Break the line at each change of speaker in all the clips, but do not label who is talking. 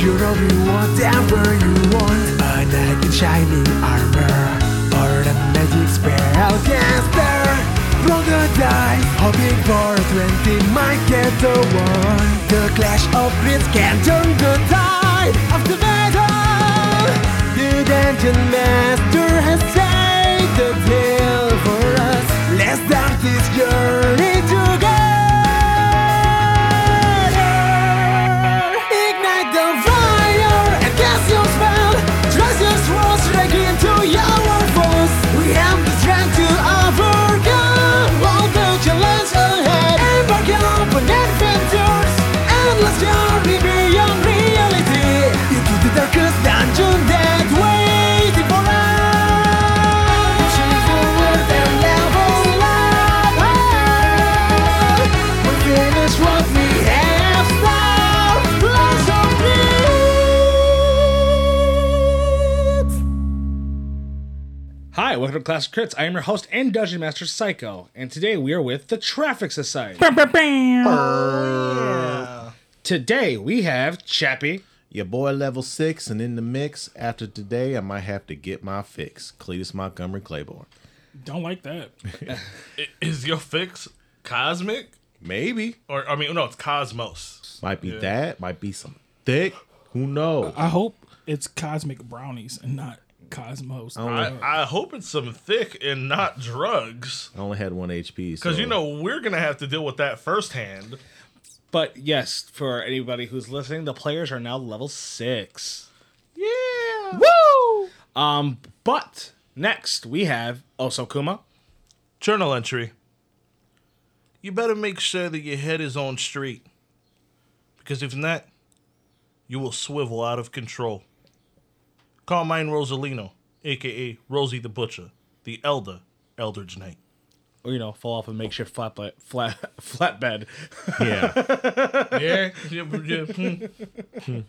You're all you whatever you want A knight in shining armor Or a magic spell caster Roll the die, hoping for a 20 Might get the one The clash of grids can turn the tide Of the battle The dungeon master has saved the tale for us Let's start this journey together Ignite the fire and cast your spell. Trust your swords strike into your foes. We have the strength to overcome all the challenges ahead. Embark on adventures, endless journey beyond reality. Into the darkest dungeon that waiting for us. Pushing forward and level up. We finish what we have started. Blast of it.
Hi, welcome to Classic Crits. I am your host and Dungeon Master Psycho, and today we are with the Traffic Society. Today we have Chappie,
Your boy level six and in the mix. After today, I might have to get my fix. Cletus Montgomery Claiborne.
Don't like that.
I- Is your fix cosmic?
Maybe.
Or I mean, no, it's cosmos.
Might be that. Might be some thick. Who knows?
I hope it's cosmic brownies and not cosmos.
I, I hope it's some thick and not drugs,
I only had one HP.
because
so-
you know we're gonna have to deal with that firsthand.
but yes, for anybody who's listening, the players are now level six. Yeah.
Woo!
Um, but next we have Osokuma.
Journal entry. You better make sure that your head is on straight, because if not, you will swivel out of control. Call mine Rosalino, aka Rosie the Butcher, the Elder, Eldridge Knight.
Or you know, fall off a makeshift flat flat flatbed.
Yeah.
Yeah, yeah, yeah. hmm.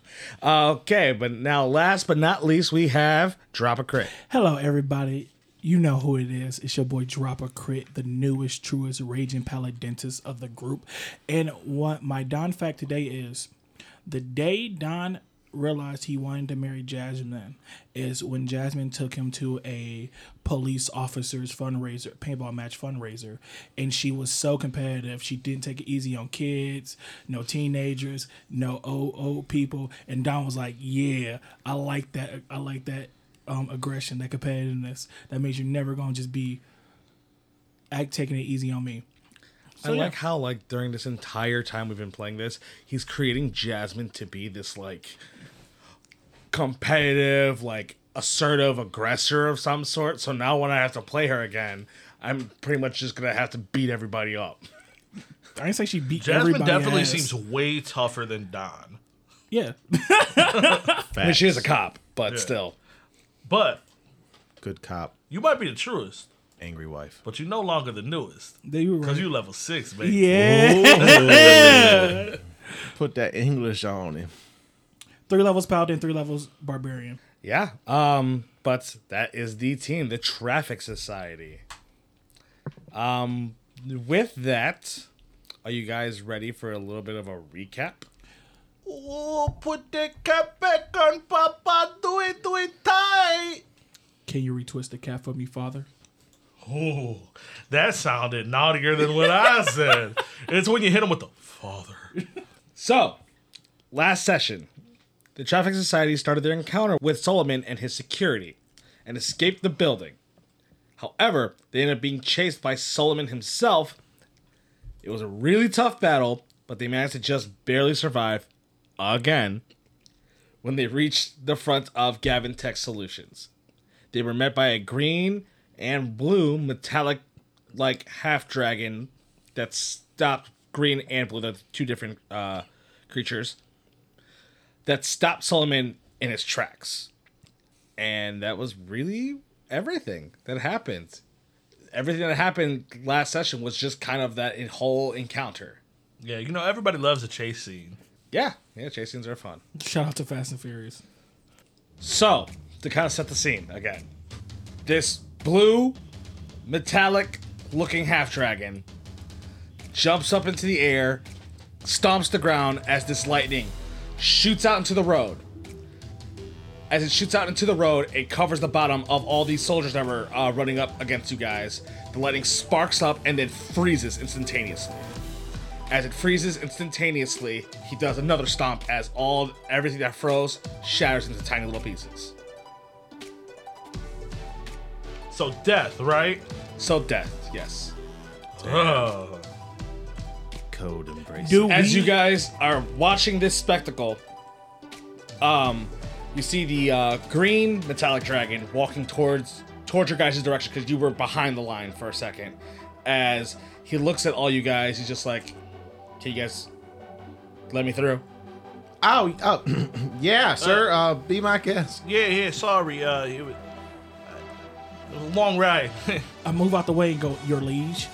Okay, but now last but not least we have Drop a Crit.
Hello, everybody. You know who it is. It's your boy Drop a Crit, the newest, truest, raging paladentist of the group. And what my Don fact today is the day Don realized he wanted to marry Jasmine is when Jasmine took him to a police officers fundraiser, paintball match fundraiser. And she was so competitive. She didn't take it easy on kids, no teenagers, no old, old people. And Don was like, yeah, I like that. I like that um, aggression, that competitiveness. That means you're never gonna just be act taking it easy on me.
I
yeah.
like how like during this entire time we've been playing this, he's creating Jasmine to be this like competitive, like assertive aggressor of some sort. So now when I have to play her again, I'm pretty much just gonna have to beat everybody up.
I didn't say she beat
Jasmine
everybody.
definitely
ass.
seems way tougher than Don.
yeah.
I mean,
Facts.
she is a cop, but still.
But
Good cop,
you might be the truest,
angry wife.
but you're no longer the newest.
They were
Because
right.
you level six, baby.
yeah.
Put that English on him.
Three levels paladin, three levels barbarian.
Yeah. Um, but that is the team, the Traffic Society. Um, with that, are you guys ready for a little bit of a recap?
Oh, put the cap back on Papa. Do it, do it tight.
Can you retwist the cat for me, father?
Ooh, that sounded naughtier than what I said. It's when you hit him with the father.
So, last session, the Traffic Society started their encounter with Solomon and his security and escaped the building. However, they ended up being chased by Solomon himself. It was a really tough battle, but they managed to just barely survive again when they reached the front of Gavin Tech Solutions. They were met by a green and blue metallic like half dragon that stopped green and blue, that's two different uh, creatures that stopped Solomon in his tracks. And that was really everything that happened. Everything that happened last session was just kind of that whole encounter.
Yeah, you know, everybody loves a chase scene.
Yeah, yeah, chase scenes are fun.
Shout out to Fast and Furious.
So, to kind of set the scene again, this blue, metallic looking half dragon jumps up into the air, stomps the ground as this lightning shoots out into the road. as it shoots out into the road, it covers the bottom of all these soldiers that were uh, running up against you guys. The lightning sparks up and then freezes instantaneously. As it freezes instantaneously, he does another stomp as all everything that froze shatters into tiny little pieces.
So death, right? Oh.
So death, yes.
Ugh.
Code embrace.
Do we,
As you guys are watching this spectacle, um, you see the uh, green metallic dragon walking towards towards your guys' direction because you were behind the line for a second. As he looks at all you guys, he's just like, "Can you guys let me through?"
Oh, oh yeah, sir. Uh, be my guest.
Yeah, yeah. Sorry. Uh, it was, uh, it was a long ride.
I move out the way and go, your liege.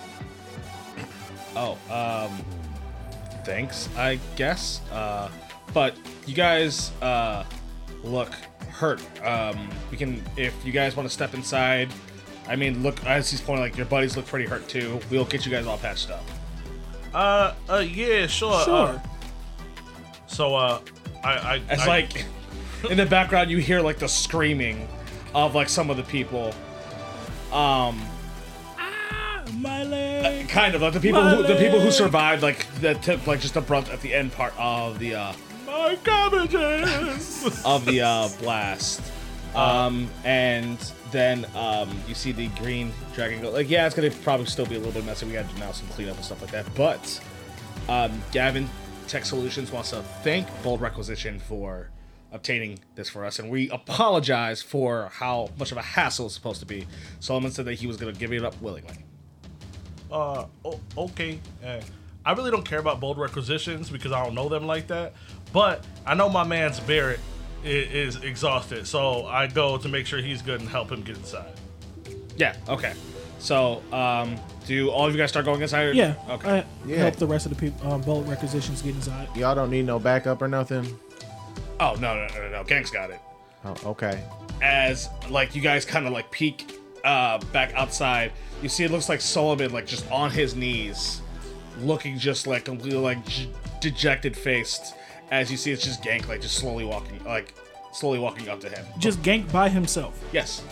Oh, um, thanks, I guess. Uh, but you guys, uh, look hurt. Um, we can, if you guys want to step inside, I mean, look, as he's pointing, like, your buddies look pretty hurt too. We'll get you guys all patched up.
uh, uh, yeah, sure.
Sure.
Uh, so, uh, I, I,
It's
I-
like, in the background, you hear, like, the screaming of, like, some of the people. Um,
Ah,
uh,
My leg.
kind of like the people who the people who
Mullet.
survived like that took like just the brunt at the end part of the uh
my cabbages.
of the uh, blast. Um, and then um, you see the green dragon go like, yeah, it's gonna probably still be a little bit messy. We got to do now some cleanup and stuff like that. But um, Gavin Tech Solutions wants to thank Bold Requisition for obtaining this for us, and we apologize for how much of a hassle it's supposed to be. Solomon said that he was gonna give it up willingly.
uh, oh, okay. Uh, I really don't care about bold requisitions because I don't know them like that. But I know my man's Barrett i- is exhausted, so I go to make sure he's good and help him get inside.
Yeah. Okay. So, um, do all of you guys start going inside?
Yeah.
Okay.
I
Yeah.
Help the rest of the people. Um, bullet requisitions get inside.
Y'all don't need no backup or nothing.
oh no no no no no! Gang's got it.
Oh, okay.
as like you guys kind of like peek uh, back outside, you see it looks like Solomon like just on his knees, looking just like completely like j- dejected faced. As you see, it's just Gank like just slowly walking like slowly walking up to him.
Just gank by himself.
Yes,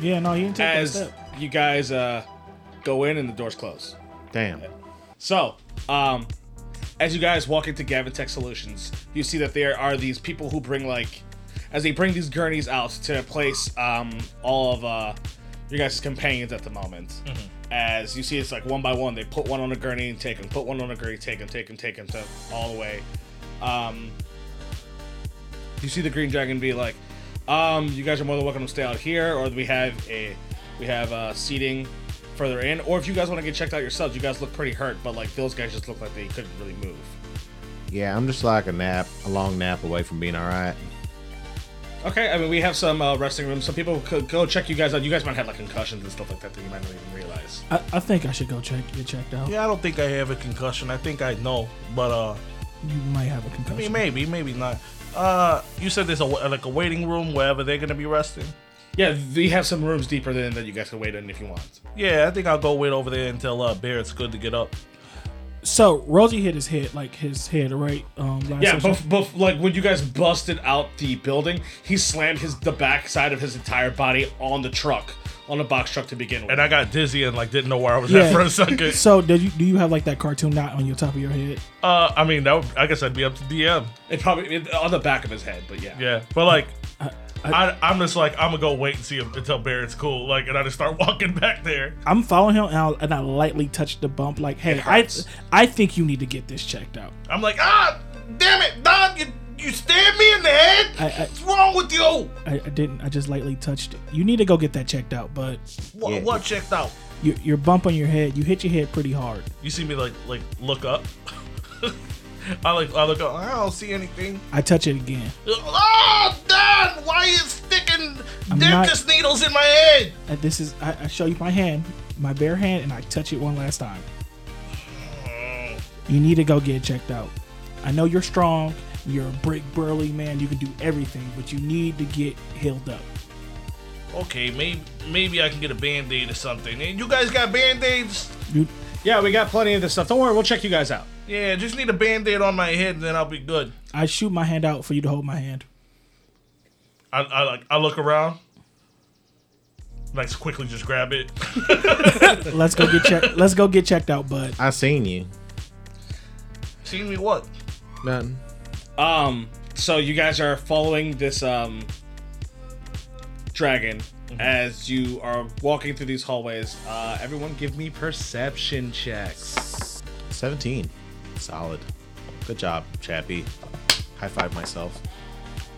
Yeah, no, he didn't take that
as
step.
you guys uh, go in and the doors close.
Damn.
So, um, as you guys walk into Gavin Tech Solutions, you see that there are these people who bring like, as they bring these gurneys out to place um, all of uh, your guys' companions at the moment. As you see, it's like one by one, they put one on a gurney and take him, put one on a gurney, take him, take him, take him, to all the way. Um, you see the green dragon be like, um, you guys are more than welcome to stay out here, or we have a we have uh, seating further in, or if you guys want to get checked out yourselves, you guys look pretty hurt, but like those guys just look like they couldn't really move.
Yeah, I'm just like a nap, a long nap away from being all right.
Okay, I mean we have some uh, resting rooms. Some people could go check you guys out. You guys might have like concussions and stuff like that that you might not even realize.
I, I think I should go check get checked out.
Yeah, I don't think I have a concussion. I think I know, but uh,
You might have a
I
concussion.
mean, maybe, maybe not. Uh, you said there's a wa- like a waiting room wherever they're gonna be resting.
Yeah, we have some rooms deeper than that you guys can wait in if you want.
Yeah, I think I'll go wait over there until uh, Barrett's good to get up.
So Rosie hit his head, like his head, right? Um, last
Yeah,
session.
but, but like when you guys busted out the building, he slammed his the backside of his entire body on the truck, on the box truck to begin with.
And I got dizzy and like didn't know where I was
yeah.
at for a second.
So did you do you have like that cartoon knot on your top of your head?
Uh, I mean, that would, I guess I'd be up to DM.
It probably it, on the back of his head, but yeah.
Yeah, but like, I, I, am just like I'm gonna go wait and see if, until Barrett's cool. Like, and I just start walking back there.
I'm following him and, I'll, and I lightly touch the bump, like, hey, I
hurts.
I think you need to get this checked out.
I'm like, ah, damn it, dog, you you stabbed me in the head.
I- I-
What's wrong with you?
I, I didn't. I just lightly touched it. You need to go get that checked out. But
What,
Yeah.
what checked out?
your, your bump on your head, you hit your head pretty hard.
You see me like like look up. I like I look up. I don't see anything.
I touch it again.
Oh, Don, why is sticking
I'm dentist
needles in my head?
And this is I, I show you my hand, my bare hand, and I touch it one last time. You need to go get it checked out. I know you're strong. You're a brick burly man. You can do everything, but you need to get healed up.
Okay, maybe maybe I can get a band aid or something. And you guys got band aids?
You,
Yeah, we got plenty of this stuff. Don't worry, we'll check you guys out.
Yeah, just need a band aid on my head, and then I'll be good.
I shoot my hand out for you to hold my hand.
I, I like I look around, like quickly just grab it.
Let's go get checked. Let's go get checked out, bud.
I seen you.
See me what?
Nothing.
Um, so you guys are following this um dragon as you are walking through these hallways. Uh, everyone, give me perception checks.
17. Solid. Good job, Chappie. High five myself.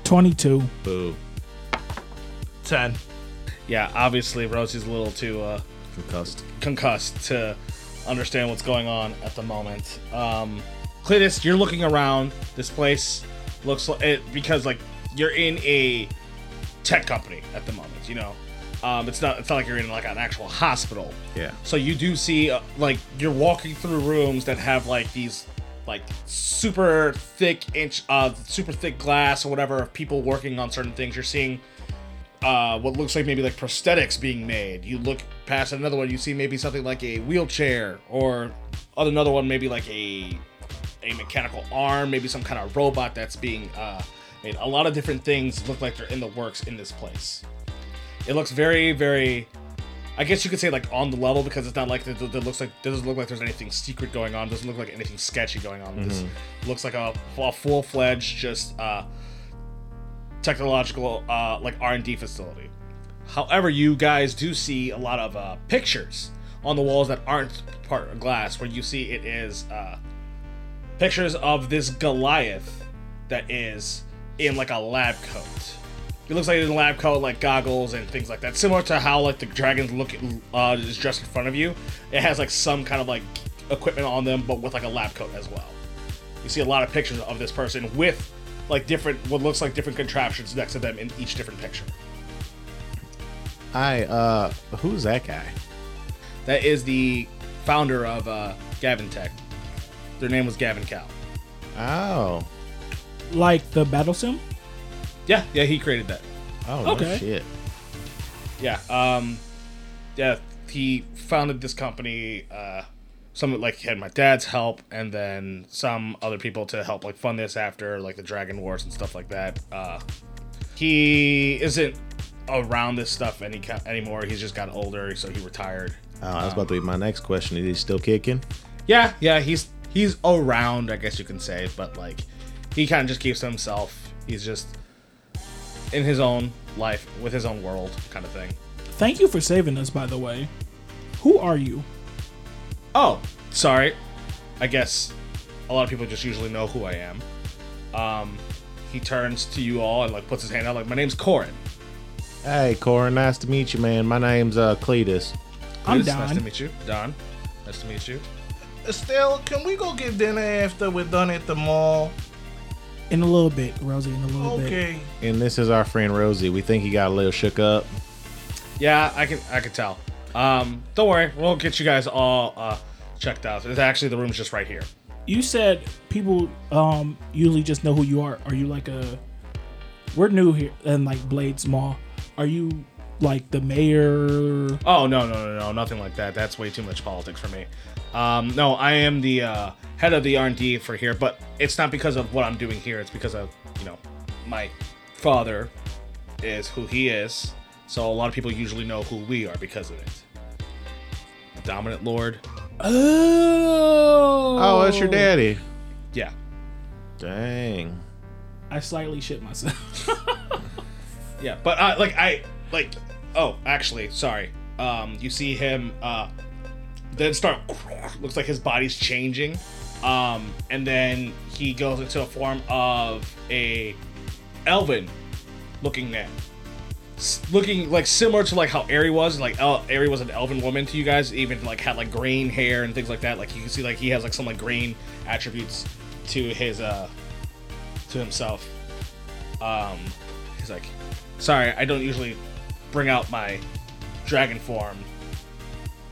Twenty-two.
Boo.
Ten.
Yeah, obviously Rosie's a little too uh,
Concussed.
concussed to understand what's going on at the moment. Um, Cletus, you're looking around. This place looks like it because like you're in a tech company at the moment. You know, um, it's not it's not like you're in like an actual hospital.
Yeah.
So you do see uh, like you're walking through rooms that have like these like super thick inch uh super thick glass or whatever of people working on certain things. You're seeing uh, what looks like maybe like prosthetics being made. You look past another one, you see maybe something like a wheelchair, or on another one maybe like a a mechanical arm, maybe some kind of robot that's being uh, made. A lot of different things look like they're in the works in this place. It looks very, very. I guess you could say like on the level because it's not like it, it looks like it doesn't look like there's anything secret going on. Doesn't look like anything sketchy going on. This looks like a, a full fledged just uh, technological uh, like r&d facility however you guys do see a lot of uh, pictures on the walls that aren't part of glass where you see it is uh, pictures of this goliath that is in like a lab coat it looks like he's in a lab coat like goggles and things like that similar to how like the dragons look uh, is dressed in front of you it has like some kind of like equipment on them but with like a lab coat as well you see a lot of pictures of this person with like different what looks like different contraptions next to them in each different picture
I, uh, who's that guy?
that is the founder of uh, gavin tech their name was gavin cow
Oh.
Like the battle sim.
yeah yeah he created that
Oh,
Okay.
no shit.
yeah um yeah he founded this company uh some like he had my dad's help and then some other people to help like fund this after like the dragon wars and stuff like that uh he isn't around this stuff any ki- anymore he's just got older so he retired
Oh, that was about to
Um,
be my next question. Is he still kicking?
Yeah, yeah, he's he's around, I guess you can say, but like he kind of just keeps to himself. He's just in his own life with his own world kind of thing.
Thank you for saving us, by the way. Who are you?
Oh, sorry. I guess a lot of people just usually know who I am. Um he turns to you all and like puts his hand out like my name's Corin.
Hey, Corin, nice to meet you, man. My name's, uh, Cletus.
I'm
Cletus, Nice to
Don.
meet you. Don. Nice to meet you.
Estelle, can we go get dinner after we're done at the mall?
In a little bit, Rosie. In a little bit.
Okay.
And this is our friend Rosie. We think he got a little shook up.
Yeah, I can I can tell. Um don't worry, we'll get you guys all uh checked out. It's actually the room's just right here.
You said people um usually just know who you are. Are you like a? We're new here and like Blades Mall. Are you like the mayor?
Oh no no no no nothing like that. That's way too much politics for me. Um, no, I am the uh, head of the R and D for here, but it's not because of what I'm doing here. It's because of you know my father is who he is, so a lot of people usually know who we are because of it. The dominant lord.
Oh.
Oh, that's your daddy.
Yeah.
Dang.
I slightly shit myself.
Yeah, but uh, like I like oh actually sorry um you see him uh then start looks like his body's changing um and then he goes into a form of a elven looking man S- looking like similar to like how Aerie was like El- Aerie was an elven woman to you guys even like had like green hair and things like that like you can see like he has like some like green attributes to his uh to himself um he's like sorry i don't usually bring out my dragon form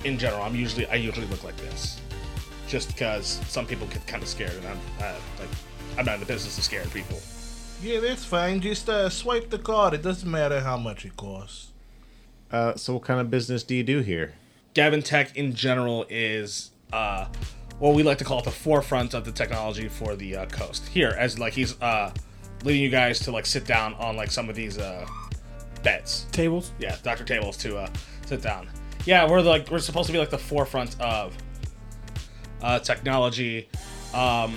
in general i'm usually i usually look like this just because some people get kind of scared and i'm uh, like i'm not in the business of scaring people
Yeah, that's fine. Just uh, swipe the card. It doesn't matter how much it costs.
Uh, so what kind of business do you do here?
Gavin Tech in general is uh, what we like to call it the forefront of the technology for the uh, coast. Here, as like he's uh, leading you guys to like sit down on like some of these uh beds.
Tables.
Yeah, Doctor Tables to uh sit down. Yeah, we're like we're supposed to be like the forefront of uh, technology, um,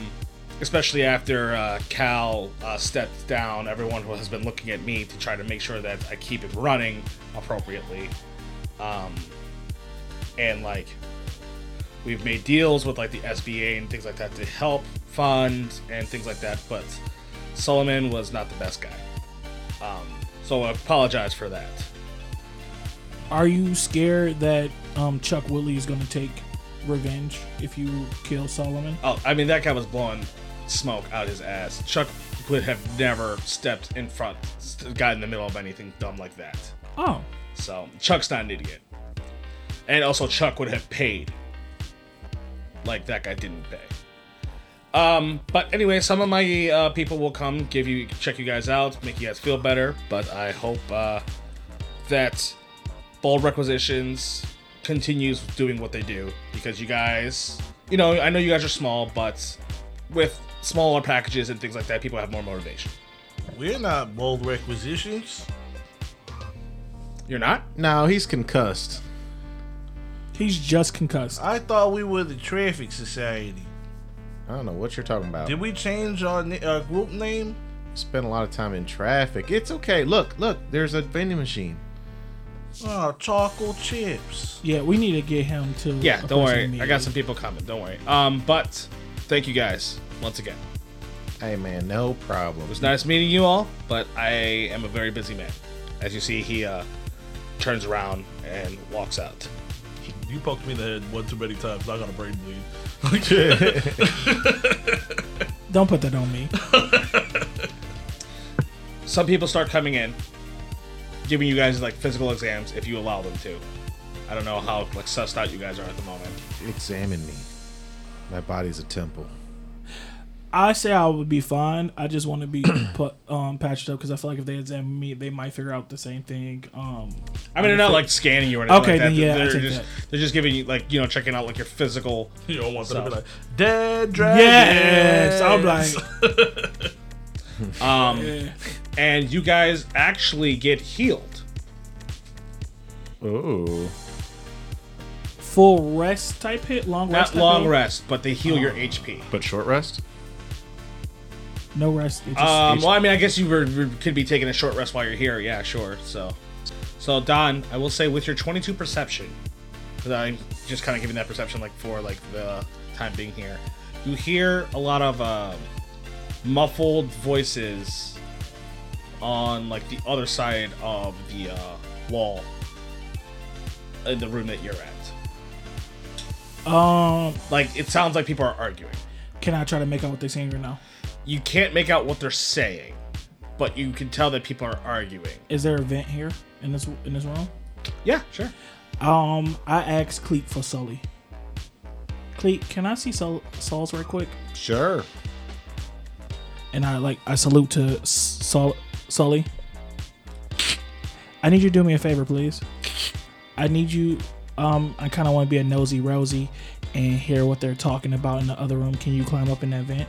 especially after uh, Cal uh, stepped down. Everyone has been looking at me to try to make sure that I keep it running appropriately, um, and like we've made deals with like the SBA and things like that to help fund and things like that. But Solomon was not the best guy, um, so I apologize for that.
Are you scared that um, Chuck Willie is going to take revenge if you kill Solomon?
Oh, I mean that guy was blowing smoke out his ass. Chuck would have never stepped in front, st- got in the middle of anything dumb like that.
Oh,
So Chuck's not an idiot, and also Chuck would have paid. Like that guy didn't pay. Um, but anyway, some of my uh, people will come, give you, check you guys out, make you guys feel better. But I hope uh, that Ball Requisitions continues doing what they do because you guys, you know, I know you guys are small, but with smaller packages and things like that, people have more motivation.
We're not bold requisitions.
You're not?
No, he's concussed.
he's just concussed.
I thought we were the Traffic Society.
I don't know what you're talking about.
Did we change our, na- our group name?
Spent a lot of time in traffic. It's okay. Look, look, there's a vending machine.
Oh, chocolate chips.
Yeah, we need to get him to.
Yeah,
a
don't
person
worry. I got
immediately.
some people coming. Don't worry. Um, but thank you guys once again.
Hey man, no problem.
It was nice meeting you all, but I am a very busy man. As you see, he uh, turns around and walks out.
You poked me in the head one too many times. I got a brain bleed.
Don't put that on me.
Some people start coming in, giving you guys like physical exams if you allow them to. I don't know how like sussed out you guys are at the moment.
Examine me. My body's a temple.
I say I would be fine. I just want to be put um, patched up because I feel like if they examine me, they might figure out the same thing. Um,
I mean, they're not like scanning you or anything
Okay,
like that.
then, yeah, I
they're
take
just
that.
they're just giving you like you know checking out like your physical.
you don't want them to be
So-
like, Dead Dragon.
yes, I'm like,
Um,
eh.
and you guys actually get healed.
Ooh.
full rest type hit, long
Not
rest, type
long
hit?
rest, but they heal your HP.
But short rest?
no rest. It just,
Um, well, I mean, I guess you were, were- could be taking a short rest while you're here. Yeah, sure. So, so Don, I will say with your 22 perception, because I'm just kind of giving that perception like for like the time being here, you hear a lot of um muffled voices on like the other side of the uh, wall in the room that you're at.
um,
Like it sounds like people are arguing.
can I try to make out what they're saying right now?
You can't make out what they're saying, but you can tell that people are arguing.
Is there a vent here in this in this room?
Yeah, sure.
Um, I asked Cleek for Sully. Cleek, can I see Sol- Sol's right quick?
Sure.
and I like I salute to Sol- Sully. I need you to do me a favor, please. I need you. Um, I kind of want to be a nosy rosy and hear what they're talking about in the other room. Can you climb up in that vent?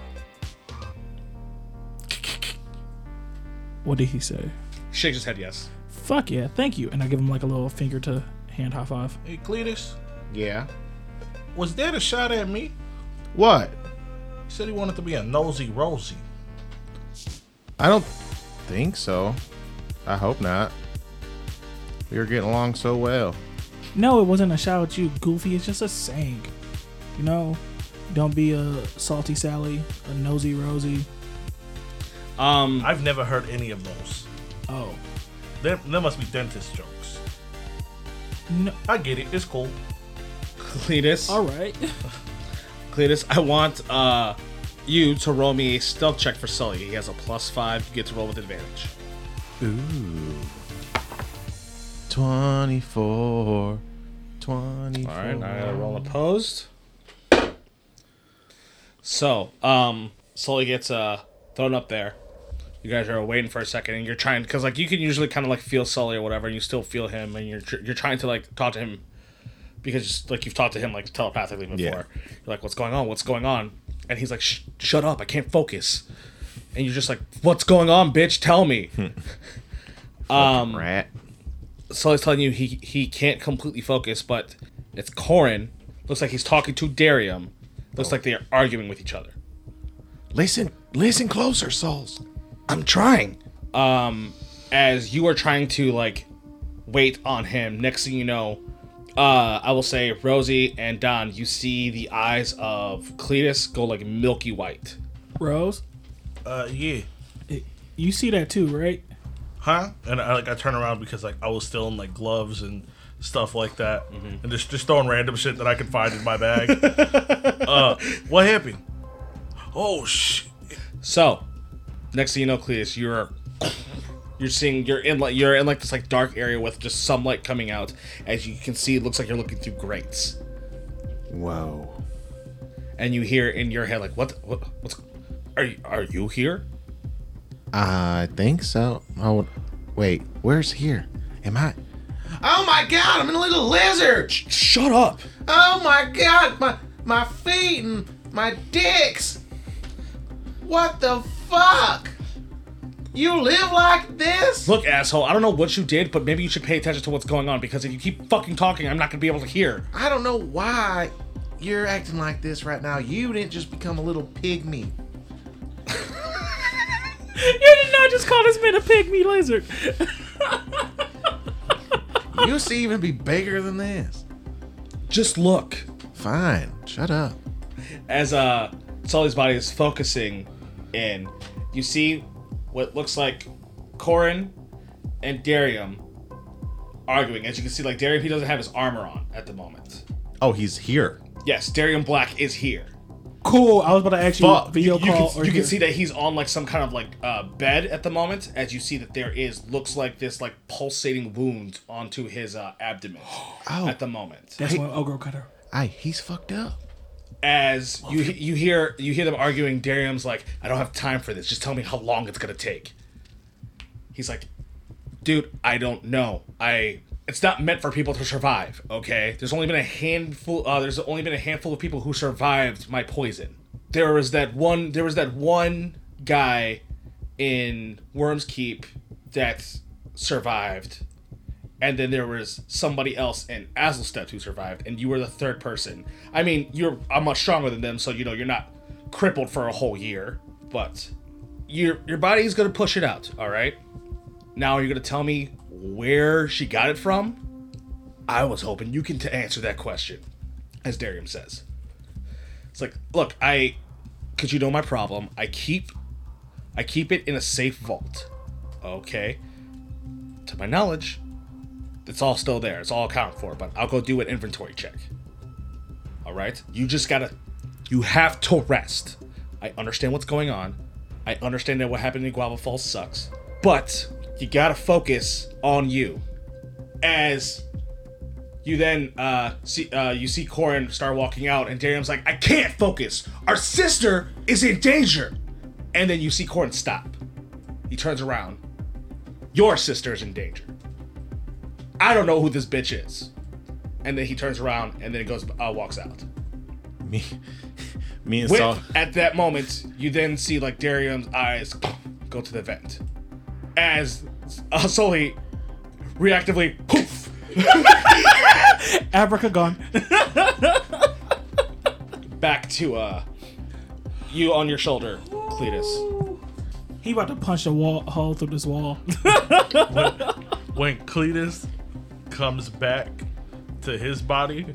What did he say?
Shakes his head yes.
Fuck yeah, thank you. And I give him like a little finger to hand high five.
Hey, Cletus,
Yeah.
was that a shot at me?
What?
He said he wanted to be a nosy rosy.
I don't think so. I hope not. We were getting along so well.
No, it wasn't a shout at you, Goofy. It's just a saying. You know, don't be a salty Sally, a nosy Rosie.
Um,
I've never heard any of those.
Oh,
There, there must be dentist jokes.
no.
I get it. It's cool.
Cletus,
All right.
Cletus, I want uh you to roll me a stealth check for Sully. He has a plus five. You get to roll with advantage.
Ooh. 24. 24.
All right, now I gotta roll opposed. So, um, Sully gets uh thrown up there. You guys are waiting for a second, and you're trying because like you can usually kind of like feel Sully or whatever, and you still feel him, and you're tr- you're trying to like talk to him because like you've talked to him like telepathically before.
Yeah.
You're like, what's going on? What's going on? And he's like, Shh, shut up! I can't focus. and you're just like, "What's going on, bitch? Tell me."
Rat.
So he's telling you he he can't completely focus, but it's Corin. Looks like he's talking to Darium. Looks like they are arguing with each other.
Listen, listen closer, souls.
I'm trying. Um, as you are trying to like wait on him, next thing you know, uh, I will say Rosie and Don, you see the eyes of Cletus go like milky white.
Rose,
Uh, yeah.
you see that too, right?
Huh? And I like I turn around because like I was still in like gloves and stuff like that, and just just throwing random shit that I could find in my bag. uh, what happened? Oh sh!
So, next thing you know, Cletus, you're you're seeing you're in like you're in like this like dark area with just some light coming out. As you can see, it looks like you're looking through grates,
Whoa.
and you hear in your head like, "What? What? What's? Are you, are you here?"
I think so. Oh, wait. Where's here? Am I? Oh my God! I'm a little lizard.
Shut up!
Oh my God! My my feet and my dicks. What the fuck? You live like this?
Look, asshole, I don't know what you did, but maybe you should pay attention to what's going on because if you keep fucking talking, I'm not gonna be able to hear.
I don't know why you're acting like this right now. You didn't just become a little pygmy.
You did not just call this man a pygmy lizard.
You used to even be bigger than this.
Just look.
Fine. Shut up.
As uh Sully's body is focusing in, you see what looks like Corin and Darium arguing. As you can see, like Darium he doesn't have his armor on at the moment.
Oh, he's here.
Yes, Darium Black is here.
Cool. I was about to ask you
Fuck.
video
You
call.
can,
or
you can
here.
see that he's on like some kind of like uh, bed at the moment. As you see that there is looks like this like pulsating wound onto his uh, abdomen
Oh.
at the moment.
That's when Ogro cut her.
Hey, he's fucked up.
as you you hear you hear them arguing. Darium's like, "I don't have time for this. Just tell me how long it's gonna take." He's like, "Dude, I don't know. I it's not meant for people to survive. Okay, there's only been a handful. Uh, there's only been a handful of people who survived my poison. There was that one. There was that one guy in Worms Keep that survived." and then there was somebody else in Azelstedt who survived, and you were the third person. I mean, you're I'm much stronger than them, so you know you're not crippled for a whole year, but your your body's gonna push it out. All right. Now you're gonna tell me where she got it from. I was hoping you can t- answer that question, as Darium says. It's like, look, I, cause you know my problem. I keep, I keep it in a safe vault. Okay. To my knowledge, it's all still there. It's all accounted for, but I'll go do an inventory check. All right? You just gotta. You have to rest. I understand what's going on. I understand that what happened in Guava Falls sucks, but you gotta focus on you. As you then uh, see, uh, you see Corin start walking out, and Darium's like, "I can't focus. Our sister is in danger." And then you see Corin stop. He turns around. Your sister is in danger. I don't know who this bitch is. And then he turns around and then goes uh, walks out.
Me, me and
With,
Saul.
At that moment, you then see like Darium's eyes go to the vent as uh, Sully reactively poof.
Africa gone.
back to uh you on your shoulder, Cletus.
he about to punch a wall hole through this wall.
When Cletus comes back to his body,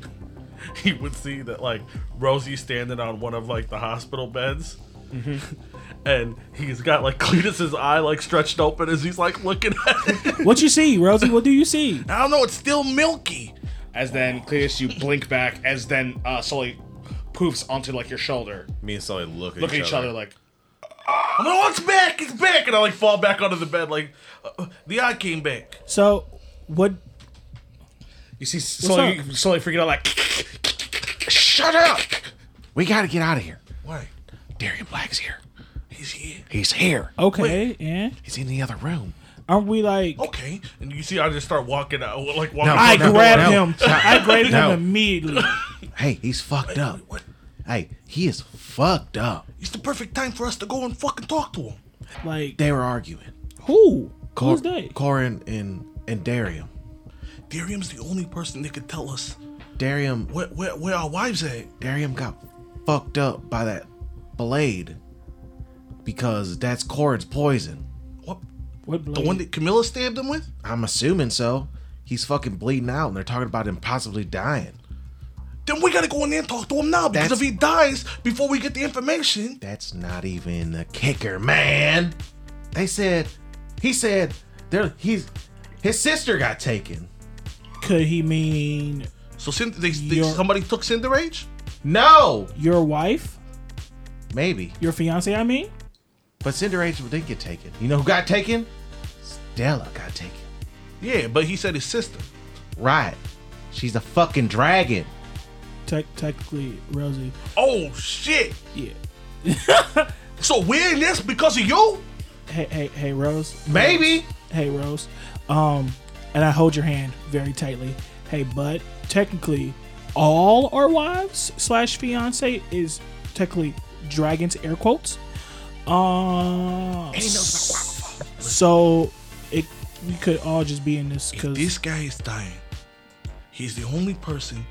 he would see that like Rosie's standing on one of like the hospital beds. Mm-hmm. And he's got like Cletus's eye like stretched open as he's like looking at it.
what you see, Rosie? What do you see?
I don't know, it's still milky.
As then Cletus, you blink back. As then uh, Sully poofs onto like your shoulder.
Me and Sully look at
Look at each other like
I'm like, oh, it's back, it's back, and I like fall back onto the bed like uh, the eye came back.
So, what?
you see Sully,
up?
Sully freaking out like
Shut up. We gotta get out of here.
Why?
Darian Black's here.
He's here.
He's here.
Okay, and
He's in the other room.
aren't we like?
Okay. And you see, I just start walking out, like walking.
No.
I
out the door.
no,
grabbed him.
no.
I grabbed
No.
him immediately.
Hey, he's fucked up. Hey, he is fucked up.
It's the perfect time for us to go and fucking talk to him.
Like
They were arguing.
who?
Cor-
Who's they?
Corin and and Darium.
Darium's the only person that could tell us
Darium
where, where, where our wives at.
Darium got fucked up by that blade because that's Corin's poison.
What?
What
The
blade?
one that Camilla stabbed him with?
I'm assuming so. He's fucking bleeding out, and they're talking about him possibly dying.
Then we gotta go in there and talk to him now because
That's-
if he dies before we get the information,
That's not even the kicker, man. They said, he said, there he's his sister got taken.
Could he mean
so Cind- they, they,
Your-
somebody took Cinder Age?
No,
your wife?
maybe,
Your fiance, I mean?
but Cinder Age didn't get taken. You know who got taken? Stella got taken.
Yeah, but he said his sister.
Right? She's a fucking dragon.
Tech technically Rosie.
Oh shit!
Yeah.
So we're in this because of you?
Hey hey hey Rose.
Maybe.
Hey Rose. Um and I hold your hand very tightly. Hey bud, technically all our wives slash fiance is technically dragons air quotes. Uh, so it we could all just be in this because
This guy is dying. He's the only person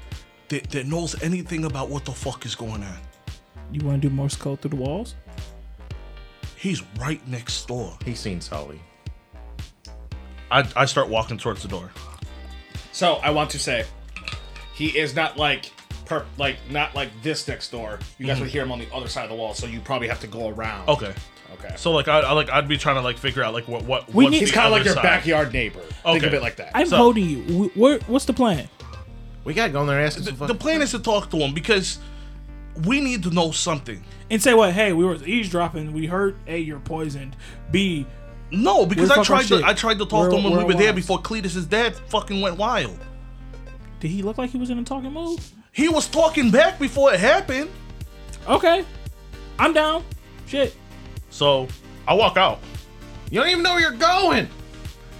that, that knows anything about what the fuck is going on.
you want to do Morse code through the walls.
He's right next door.
He's seen Sully.
I, I start walking towards the door.
So I want to say, he is not like per like not like this next door. You guys would hear him on the other side of the wall, so you probably have to go around.
Mm-hmm. Okay.
Okay.
So like I, I like I'd be trying to like figure out like what what
We
what's
need-
the
he's kind of like
other
your
side.
backyard neighbor. Think of
Okay.
it like that.
I'm
So-
holding you. Wh- where- what's the plan?
We gotta go in there and ask him some
The
fucking-
plan is to talk to him because we need to know something.
And say what? Hey, we were eavesdropping. We heard A, you're poisoned. B,
No, because
Where's
I tried
fucking
to
shit?
I tried to talk to
Where-
him when
where
we were there
was?
before Cletus's dad fucking went wild.
did he look like he was in a talking mood?
He was talking back before it happened.
Okay, I'm down. Shit.
So I walk out.
You don't even know where you're going.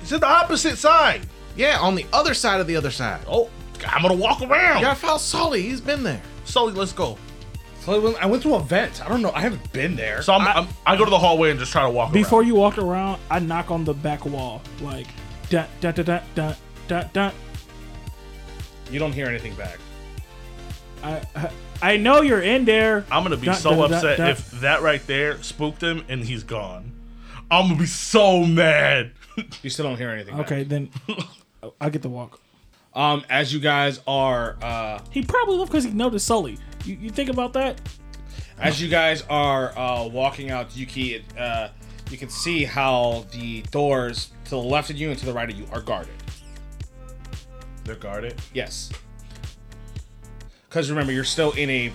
It's at the opposite side.
Yeah, on the other side of the other side.
Oh, I'm gonna walk around.
Yeah, I found Sully. He's been there.
Sully, let's go.
So I went- I went through a vent. I don't know. I haven't been there.
So I'm, I, am i go to the hallway and just try to walk
Before
around.
you walk around, I knock on the back wall. Like, dun dun dun dun dun dun. dun.
you don't hear anything back.
I, I I know you're in there.
I'm gonna be
Dun,
so
dun, dun,
upset
dun.
if that right there spooked him and he's gone. I'm gonna be so mad.
You still don't hear anything. back.
Okay, then I get the walk.
Um, as you guys are, uh,
He probably left because he noticed Sully. You, you think about that?
as you guys are uh, walking out, Yuki, uh, you can see how the doors to the left of you and to the right of you are guarded.
They're guarded.
Yes. Because remember, you're still in a,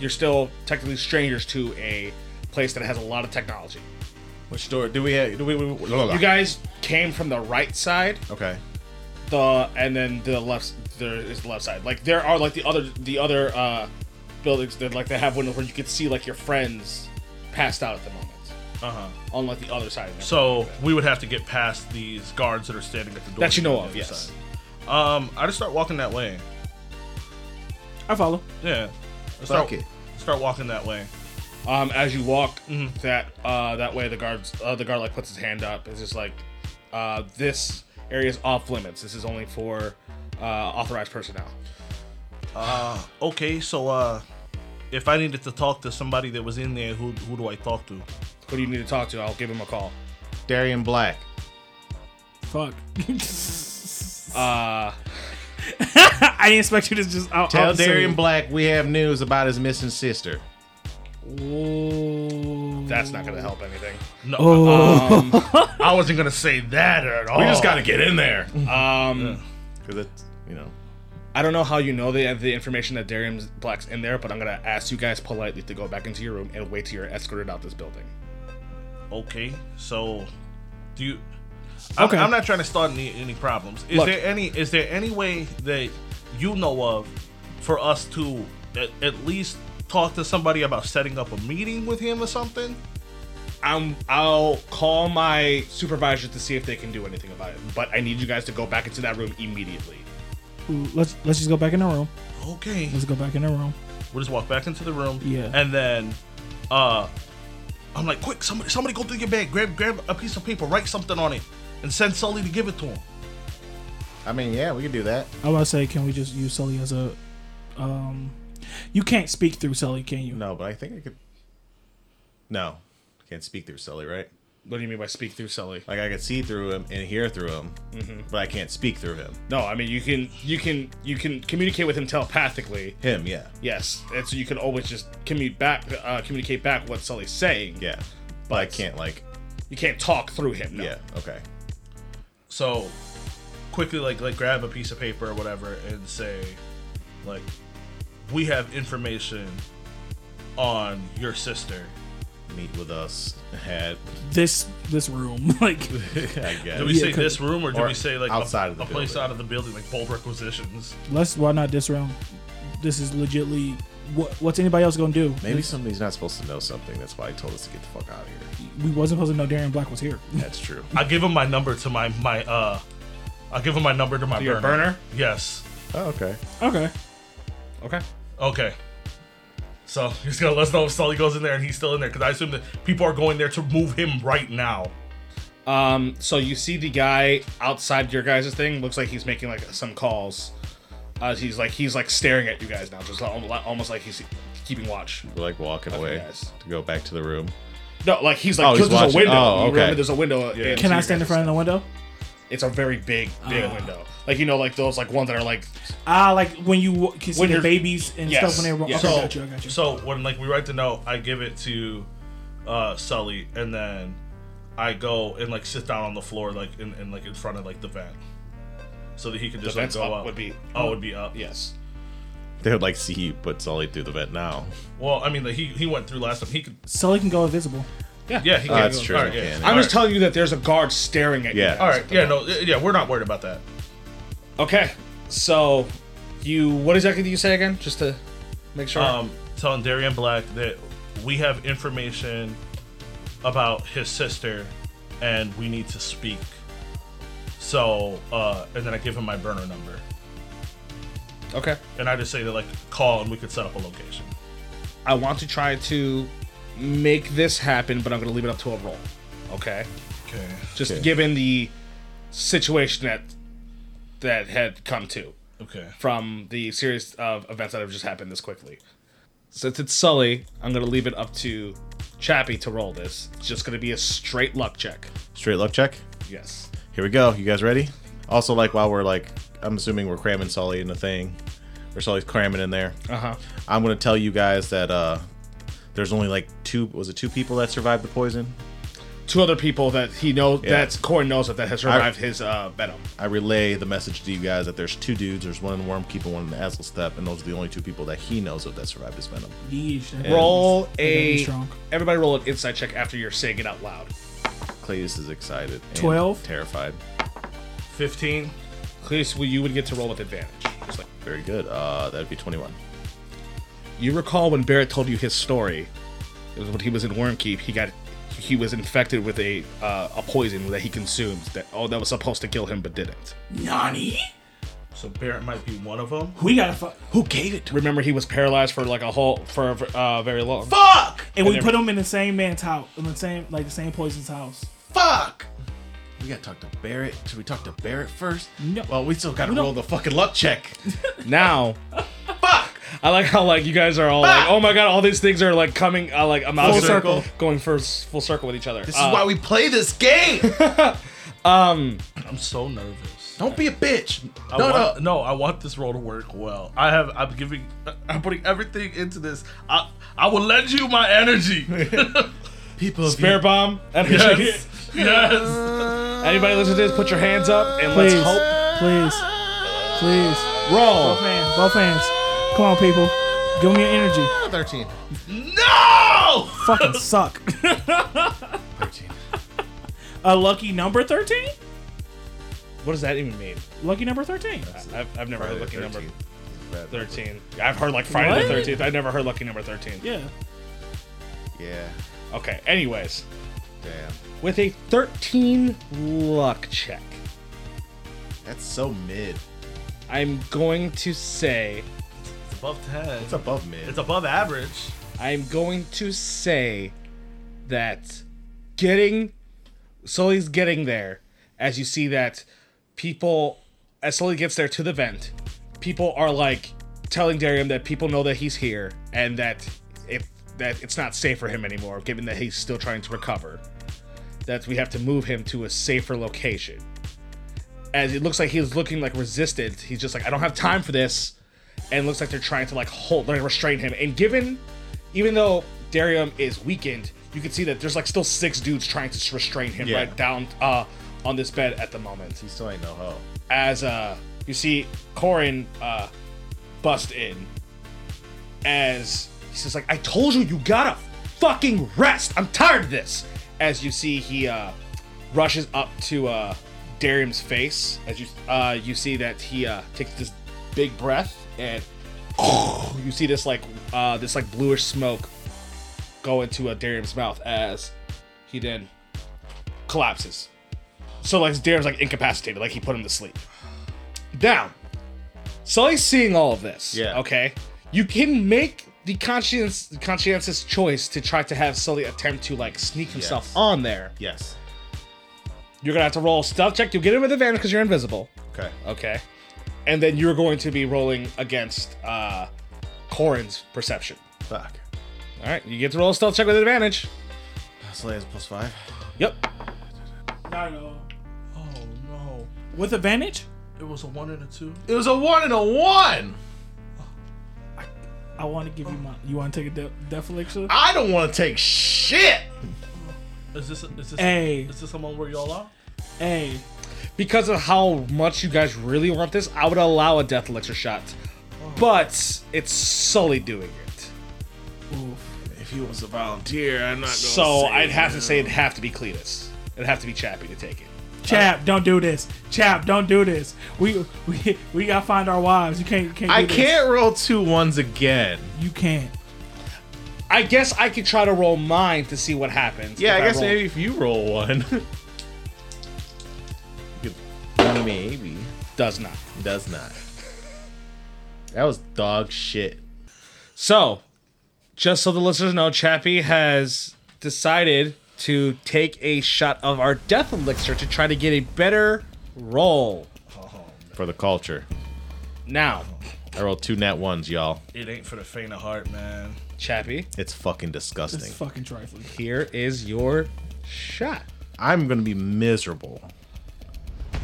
you're still technically strangers to a place that has a lot of technology.
Which door do we have? Do we? we- we-
You guys came from the right side,
okay.
the and then the left. There is the left side. Like there are like the other the other uh, buildings that like they have windows where you can see like your friends passed out at the moment
Uh huh.
on like the other side. Of
So we would have to get past these guards that are standing at the door.
That you know
on the
of,
other
yes.
side. Um, I just start walking that way.
I follow.
Yeah. I
Fuck it.
Start walking that way.
Um, as you walk
Mm-hmm.
that uh, that way, the guards uh, the guard like puts his hand up. It's just like uh, this area is off limits. This is only for uh, authorized personnel.
Okay, so uh, if I needed to talk to somebody that was in there, who who do I talk to?
Who do you need to talk to? I'll give him a call.
Darian Black.
Fuck.
Uh,
I didn't expect you to just out.
Tell
out-
Darian
say-
Black we have news about his missing sister.
Whoa.
that's not gonna help anything.
No,
Oh.
um, I wasn't gonna say that at all.
get in there.
Um,
Cause it's you know.
I don't know how you know the the information that Darian Black's in there, but I'm gonna ask you guys politely to go back into your room and wait till you're escorted out this building.
Okay, so do you? I'm,
Okay.
I'm not trying to start any, any problems. Is
Look.
there any? Is there any way that you know of for us to at, at least talk to somebody about setting up a meeting with him or something?
I'm Um, I'll call my supervisor to see if they can do anything about it, but I need you guys to go back into that room immediately.
Ooh, Let's let's just go back in the room.
Okay,
Let's go back in the room.
we'll just walk back into the room.
Yeah.
and then, uh, I'm like, quick, somebody, somebody go through your bag, grab, grab a piece of paper, write something on it, and send Sully to give it to him.
I mean, yeah, we could do that.
I want to say, can we just use Sully as a? Um, you can't speak through Sully, can you?
No, but I think I could. No, can't speak through Sully, right?
What do you mean by speak through Sully?
Like I could see through him and hear through him, but I can't speak through him.
No, I mean you can you can you can communicate with him telepathically.
Him, yeah,
Yes, and so you can always just commute back, uh, communicate back what Sully's saying.
yeah, but I can't like,
You can't talk through him. No.
yeah, okay,
So quickly like like grab a piece of paper or whatever and say like we have information on your sister.
meet with us at
This this room, like
I guess.
Do we
Yeah,
say
could-
this room or do
or
we say like a-
outside of the
a place
building.
out of the building like bulb requisitions?
let's why not this round? This is legitly what what's anybody else gonna do?
Maybe somebody's not supposed to know something. That's why he told us to get the fuck out of here.
we wasn't supposed to know Darren Black was here.
That's true.
I give him my number to my my uh I give him my number to my
your burner?
Yes.
Oh, okay.
Okay,
Okay.
Okay. So he's gonna let us know if Sully goes in there and he's still in there because I assume that people are going there to move him right now.
Um. So you see the guy outside your guys' thing. Looks like he's making like some calls. Uh, he's like he's like staring at you guys now, just al- almost like he's keeping watch.
We're like walking away
guys.
to go back to the room.
No, like he's like
Oh,
'cause
he's
there's a
watching.
window.
Oh,
You remember
okay.
there's a window. Yeah.
can I stand in front of Ah. the window?
It's a very big, big window. Like you know, like those like ones that are like
Ah, like when you wa- can see
When
the
you're-
babies and
Yes,
stuff when they're wrong.
yes.
Okay,
So,
I got you, I got you.
so when like we write the note, I give it to uh, Sully, and then I go and like sit down on the floor, like in, in like in front of like the vent, so that he can just like,
vent's
go
up,
up.
would be-
oh, would be up.
yes.
They would like see you put Sully through the vent now.
Well, I mean, like, he he went through last time. He could.
Sully can go invisible.
Yeah, he
Oh,
can.
that's true,
All right,
he
yeah.
can.
All
I'm just
right.
telling you that there's a guard staring at you.
Yeah.
guys.
All right. Yeah. No. Yeah. We're not worried about that.
Okay, so you what exactly do you say again? Just to make sure.
Um, telling Darian Black that we have information about his sister, and we need to speak. So, uh, and then I give him my burner number.
okay.
and I just say to like call and we could set up a location.
I want to try to make this happen, but I'm gonna leave it up to a roll. Okay.
Okay.
Just
Okay.
given the situation that that had come to
Okay.
from the series of events that have just happened this quickly. Since it's Sully, I'm gonna leave it up to Chappie to roll this. It's just gonna be a straight luck check.
Straight luck check.
Yes.
Here we go. You guys ready? Also, like while we're like, I'm assuming we're cramming Sully in the thing, or Sully's cramming in there.
Uh huh.
I'm gonna tell you guys that uh, there's only like two. Was it two people that survived the poison?
Two other people that he knows
Yeah.
that Corn knows of that has survived his uh, venom.
I relay the message to you guys that there's two dudes. There's one in Wormkeep and one in the Asel Step, and those are the only two people that he knows of that survived his venom.
Yeesh, that
Roll
is- that is
a.
strong.
Everybody roll an insight check after you're saying it out loud.
Cleus is excited. and
12?
Terrified.
Fifteen.
Cleus, well, you would get to roll with advantage. Just like-
Very good. Uh, that'd be 21.
you recall when Barrett told you his story. It was when he was in Wormkeep. He got he was infected with a uh, a poison that he consumed that oh that was supposed to kill him but didn't.
Nani?
So Barrett might be one of them.
We gotta fuck.
Who gave it to
Remember, he was paralyzed for like a whole for uh, very long.
Fuck.
And we
And
put him in the same man's house, in the same like the same poison's house.
Fuck.
We gotta talk to Barrett. Should we talk to Barrett first?
No.
Well, we still gotta roll the fucking luck check.
Now, fuck. I like how like you guys are all like oh my god all these things are like coming uh, like I'm
Full circle.
going first full circle with each other. Uh,
This is why we play this game.
I'm so nervous.
Don't be a bitch.
I
No,
want,
no.
no, I want this role to work well. I have. I'm giving. I'm putting everything into this. I. I will lend you my energy.
People of
Bear bomb.
yes. yes.
Anybody listen to this? Put your hands up and let's
Please.
hope.
Please, please,
Roll.
both hands, both hands. Come on, people, give me your energy.
13.
No.
Fucking suck.
13.
A lucky number thirteen.
What does that even mean?
Lucky number thirteen.
I've, I've never heard lucky number
13. Bad.
13. I've heard like Friday
What?
the 13th. I've never heard lucky number 13.
Yeah.
Yeah.
Okay, anyways,
Damn.
with a 13 luck check,
That's so mid.
I'm going to say,
It's above ten.
It's above mid.
It's above average.
I'm going to say that's getting slowly's getting there as you see that people as slowly gets there to the vent people are like telling Darium that people know that he's here and that if that it's not safe for him anymore given that he's still trying to recover that we have to move him to a safer location as it looks like he's looking like resistant he's just like I don't have time for this and it looks like they're trying to like hold like restrain him and given even though Darium is weakened, you can see that there's like still six dudes trying to restrain him
Yeah.
right down uh, on this bed at the moment.
He still ain't no hoe.
As uh, you see Corin uh, bust in, as he's just like, "I told you, you gotta fucking rest. I'm tired of this." As you see, he uh, rushes up to uh, Darium's face. As you uh, you see that he uh, takes this big breath and you see this like uh, this like bluish smoke go into uh, Darium's mouth as he then collapses. So like Darium's like incapacitated, like he put him to sleep. Down. Sully's seeing all of this.
Yeah.
Okay. You can make the conscience conscientious choice to try to have Sully attempt to like sneak himself
Yes.
on there.
Yes.
You're gonna have to roll a stealth check. You'll get him with advantage because you're invisible.
Okay. Oh,
Okay. And then you're going to be rolling against uh Corin's perception.
Fuck.
All right, you get to roll a stealth check with advantage.
Slay is plus five.
Yep.
Not at all.
Oh no.
With advantage?
It was a one and a two.
It was a one and a one.
I want to give you my. You want to take a de- death elixir?
I don't want to take shit.
Is this is this
Hey.
is this among where y'all are?
Hey,
Because of how much you guys really want this, I would allow a death elixir shot. But it's Sully doing it.
If he was a volunteer, I'm not. Gonna
So
say
I'd have to say it'd have to be Cletus. It'd have to be Chappie to take it.
Chap, don't do this. Chap, don't do this. We we we gotta find our wives. You can't. You can't do
I
this.
can't roll two ones again.
You can't.
I guess I could try to roll mine to see what happens.
Yeah,
if
I guess
roll-
maybe if you roll one. You could- maybe.
does not.
Does not. That was dog shit.
So, just so the listeners know, Chappie has decided to take a shot of our death elixir to try to get a better roll.
For the culture.
Now,
I rolled two net ones, y'all.
It ain't for the faint of heart, man.
Chappie,
It's fucking
It's
disgusting.
fucking trifling.
here is your shot.
I'm gonna be miserable.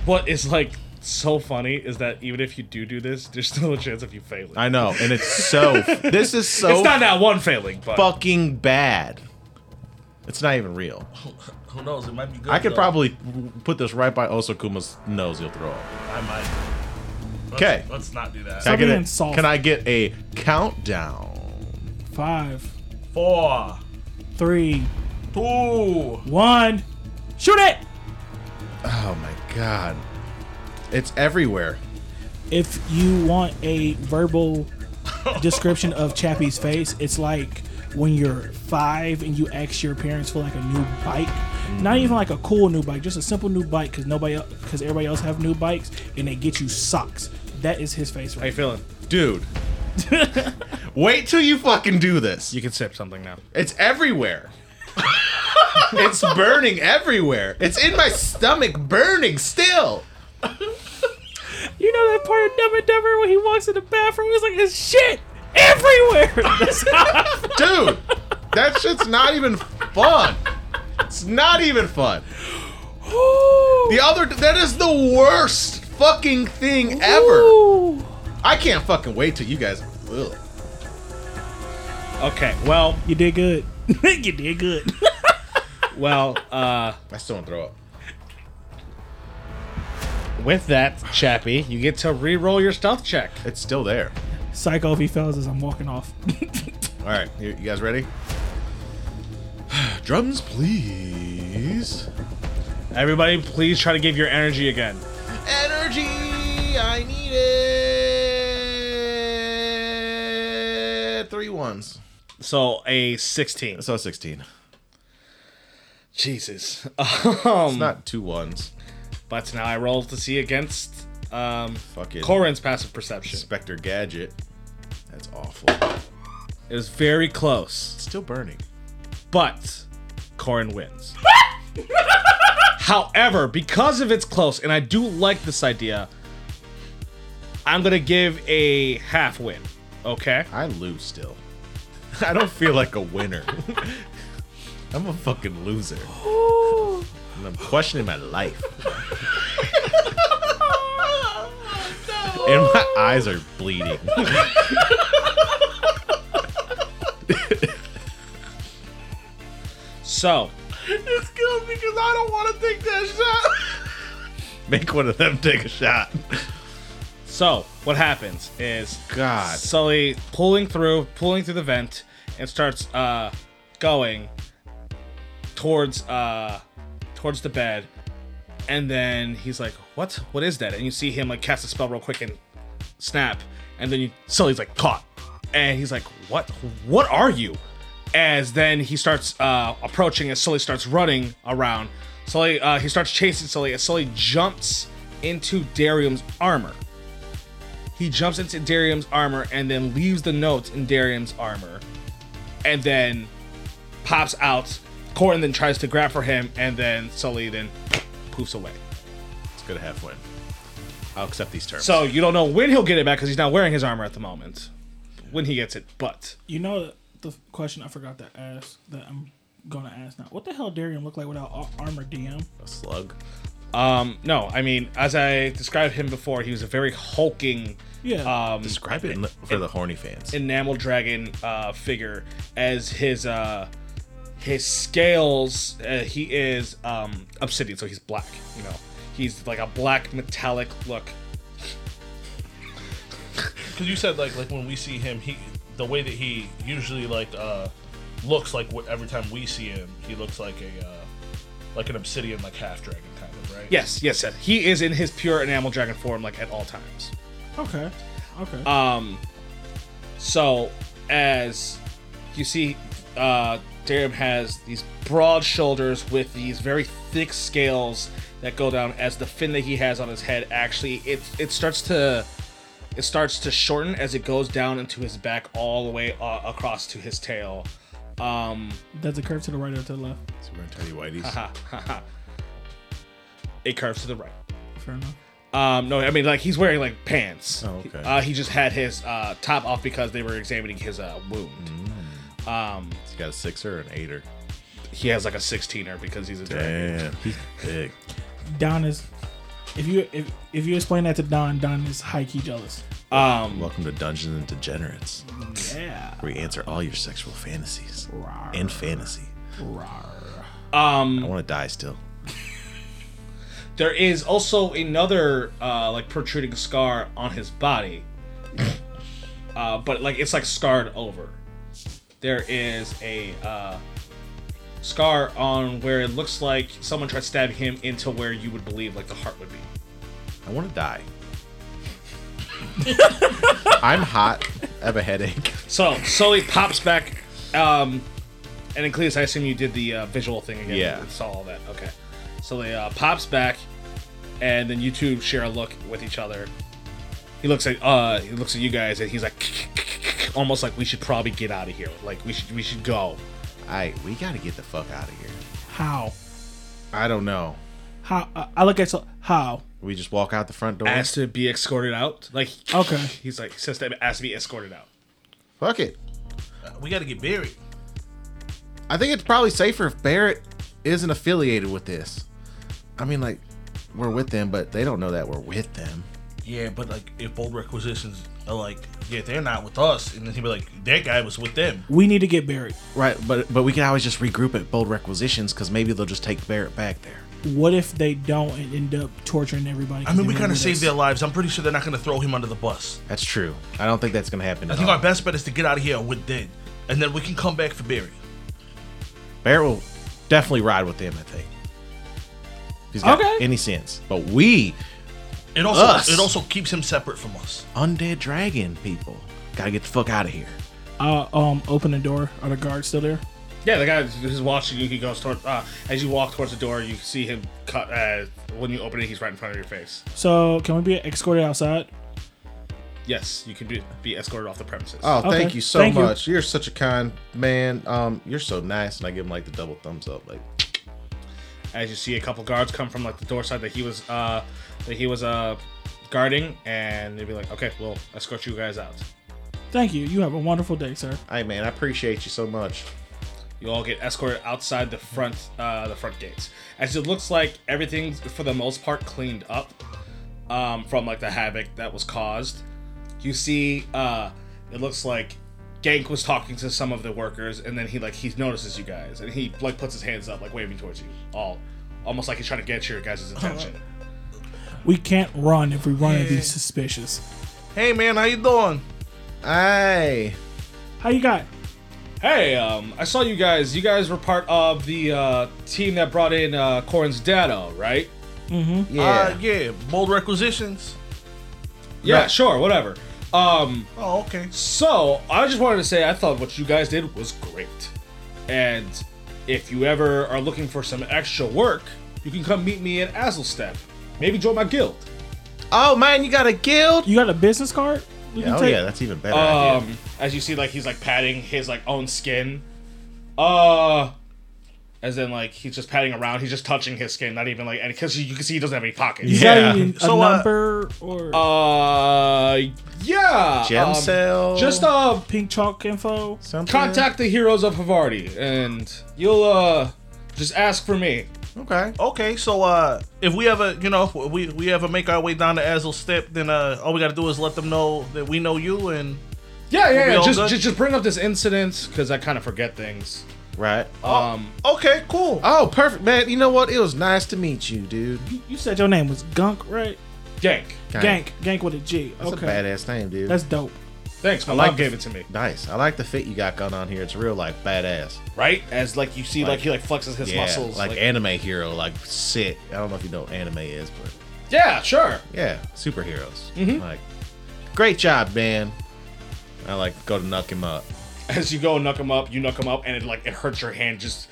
What is like so funny is that even if you do do this, there's still a chance of you failing.
I know, and it's so. this is so
it's not that one failing, but
fucking bad. It's not even real.
Who knows? It might be good.
I could
though.
probably put this right by Osokuma's nose. He'll throw up.
I might. Let's-
Okay.
Let's not do that.
Can I, get
being
a,
soft.
can I get a countdown?
Five,
Four,
three,
two.
one. Shoot it.
Oh my god. It's everywhere.
If you want a verbal description of Chappie's face, it's like when you're five and you ask your parents for like a new bike. Not even like a cool new bike, just a simple new bike because nobody, because everybody else have new bikes, and they get you socks. That is his face
how you
right.
feeling?
Dude. Wait till you fucking do this.
You can sip something now.
It's everywhere. it's burning everywhere. It's in my stomach burning still.
You know that part of Dumb and Dumber when he walks in the bathroom, he's like, "It's shit everywhere." That's how
Dude, that shit's not even fun. It's not even fun.
Ooh.
The other that is the worst fucking thing ever.
Ooh.
I can't fucking wait till you guys ugh.
Okay, well,
You did good. you did good.
well, uh,
I still want to throw up.
with that, Chappie, you get to re-roll your stealth check.
It's still there.
Psycho V fellas as I'm walking off.
All right, you, you guys ready? Drums, please.
Everybody, please try to give your energy again.
Energy, I need it. Three ones.
So a 16.
So 16.
Jesus.
It's not two ones.
But now I roll to see against um,
Fuck it.
Corin's passive perception.
Inspector Gadget. That's awful.
It was very close.
It's still burning.
But Corin wins. However, because of it's close, and I do like this idea, I'm gonna give a half win. Okay.
I lose still. I don't feel like a winner. I'm a fucking loser. And I'm questioning my life. And my eyes are bleeding.
So
It's good because I don't want to take that shot.
Make one of them take a shot.
So what happens is
God.
Sully pulling through, pulling through the vent, and starts uh, going towards uh, towards the bed, and then he's like, "What? What is that?" And you see him like cast a spell real quick and snap, and then you, Sully's like caught, and he's like, "What? What are you?" As then he starts uh, approaching, as Sully starts running around. Sully uh, he starts chasing Sully as Sully jumps into Darium's armor. He jumps into Darium's armor and then leaves the notes in Darium's armor and then pops out. Corin then tries to grab for him and then Sully then poofs away.
Let's go to half win. I'll accept these terms.
So you don't know when he'll get it back because he's not wearing his armor at the moment. When he gets it, but
You know the question I forgot to ask that I'm gonna ask now. What the hell Darian look like without ar- armor DM?
a slug.
um no, I mean as I described him before, he was a very hulking
Yeah.
um
Describe it in the- for the horny fans.
enamel dragon uh, figure as his uh, his scales. Uh, he is um, obsidian, so he's black. You know, he's like a black metallic look.
Because you said like like when we see him, he the way that he usually like uh looks like wh- every time we see him, he looks like a uh like an obsidian like half dragon kind of right.
Yes, yes, yes. He is in his pure enamel dragon form, like at all times.
okay. Okay.
uh,
Um, so as you see, uh, Darium has these broad shoulders with these very thick scales that go down. As the fin that he has on his head actually, it it starts to it starts to shorten as it goes down into his back all the way uh, across to his tail. Um,
Does it curve to the right or to the left?
So we're in tiny whiteys.
Uh-huh.
it curves to the right.
Fair enough.
Um, no, I mean like he's wearing like pants.
Oh, okay.
Uh, he just had his uh, top off because they were examining his uh, wound.
Mm-hmm.
Um,
He's got a sixer or an eighter.
he has like a 16er because he's a dragon.
Damn, he's big.
Don is. If you if, if you explain that to Don, Don is high key jealous.
Um,
Welcome to Dungeons and Degenerates,
Yeah.
where we answer all your sexual fantasies
Rawr,
and fantasy.
rawr.
I want to die still.
there is also another uh, like protruding scar on his body, uh, but like it's like scarred over. There is a uh, scar on where it looks like someone tried stabbing him into where you would believe like the heart would be.
I want to die. I'm hot. I have a headache.
So Sully pops back, um, and then Cletus, I assume you did the uh, visual thing again.
Yeah.
You saw all that. Okay. Sully uh, pops back, and then you two share a look with each other. He looks at uh, he looks at you guys, and he's like, almost like we should probably get out of here. Like we should we should go.
All right, we got to get the fuck out of here.
How?
I don't know.
How? Uh, I look at so how.
We just walk out the front door.
Asked to be escorted out. Like
Okay.
he's like says that asked to be escorted out.
fuck it.
Uh, we got to get buried.
I think it's probably safer if Barrett isn't affiliated with this. I mean, like, we're with them, but they don't know that we're with them.
Yeah, but like if bold requisitions are like, yeah, they're not with us, and then he'd be like, that guy was with them.
We need to get buried.
Right, but but we can always just regroup at bold requisitions because maybe they'll just take Barrett back there.
What if they don't and end up torturing everybody?
I
'cause
mean,
they
we
went
kind of
with
saved
us?
their lives. I'm pretty sure they're not going to throw him under the bus.
That's true. I don't think that's gonna happen.
I
At
think
all.
our best bet is to get out of here with them, and then we can come back for buried.
Barrett will definitely ride with them. I think. If he's got
Okay.
any sense, but we
It also
Us.
it also keeps him separate from us.
undead dragon people gotta get the fuck out of here.
Uh, um, open the door. Are the guards still there?
Yeah, the guy who's watching you, he goes toward. Uh, as you walk towards the door, you see him cut. Uh, when you open it, he's right in front of your face.
So can we be escorted outside?
yes, you can be, be escorted off the premises.
Oh, thank
Okay.
you so
Thank you.
much. You. are such a kind man. Um, you're so nice, and I give him like the double thumbs up. Like,
As you see, a couple guards come from like the door side that he was uh that he was uh guarding, and they'd be like, "Okay, we'll escort you guys out."
Thank you. You have a wonderful day, sir.
hey man, I appreciate you so much.
You all get escorted outside the front uh, the front gates. As it looks like everything's for the most part cleaned up um, from like the havoc that was caused. You see, uh, it looks like Gank was talking to some of the workers, and then he like he notices you guys, and he like puts his hands up, like waving towards you, all almost like he's trying to get your guys' attention.
We can't run if we run and be suspicious.
Hey man, how you doing?
Hey,
How you got?
Hey, um, I saw you guys. You guys were part of the uh, team that brought in uh, Corn's Dado, right?
Uh,
yeah.
yeah, bold requisitions.
Yeah,
Right.
sure, whatever. Um,
Oh, okay.
So I just wanted to say I thought what you guys did was great, and if you ever are looking for some extra work, you can come meet me at Azelstep. Maybe join my guild.
oh man, you got a guild?
You got a business card? We
oh
take-
yeah, that's even better. idea.
Um, as you see, like he's like patting his like own skin, uh, as in like he's just patting around. He's just touching his skin, not even like, and because you can see he doesn't have any pockets.
Is that
Yeah.
even a
So, uh,
number or
Uh, yeah.
Gem
um,
cell.
Just uh,
pink chalk info?
something?
contact the heroes of Havarti, and you'll uh just ask for me.
Okay.
Okay, so uh, if we ever, you know, if we we ever make our way down to Azel Step, then uh, all we gotta do is let them know that we know you and
Yeah,
we
yeah, yeah.
all
Just,
good?
just just bring up this incident because I kind of forget things.
Right.
Um,
okay, cool.
Oh, perfect, man. You know what? It was nice to meet you, dude.
You- You said your name was Gunk, right?
Gank.
Gang.
Gank. Gank with a G.
That's
okay.
a badass name, dude.
That's dope.
Thanks, my
like
mom
the-
gave it to me.
nice. I like the fit you got going on here. It's real like badass.
Right? As like you see, like, he like flexes his
Yeah,
muscles.
like,
Like, eh.
anime hero, like sick. I don't know if you know what anime is, but
yeah, sure.
yeah, superheroes. Like, great job, man. I like go to knock him up.
As you go and knuck him up, you knuck him up, and it like it hurts your hand just,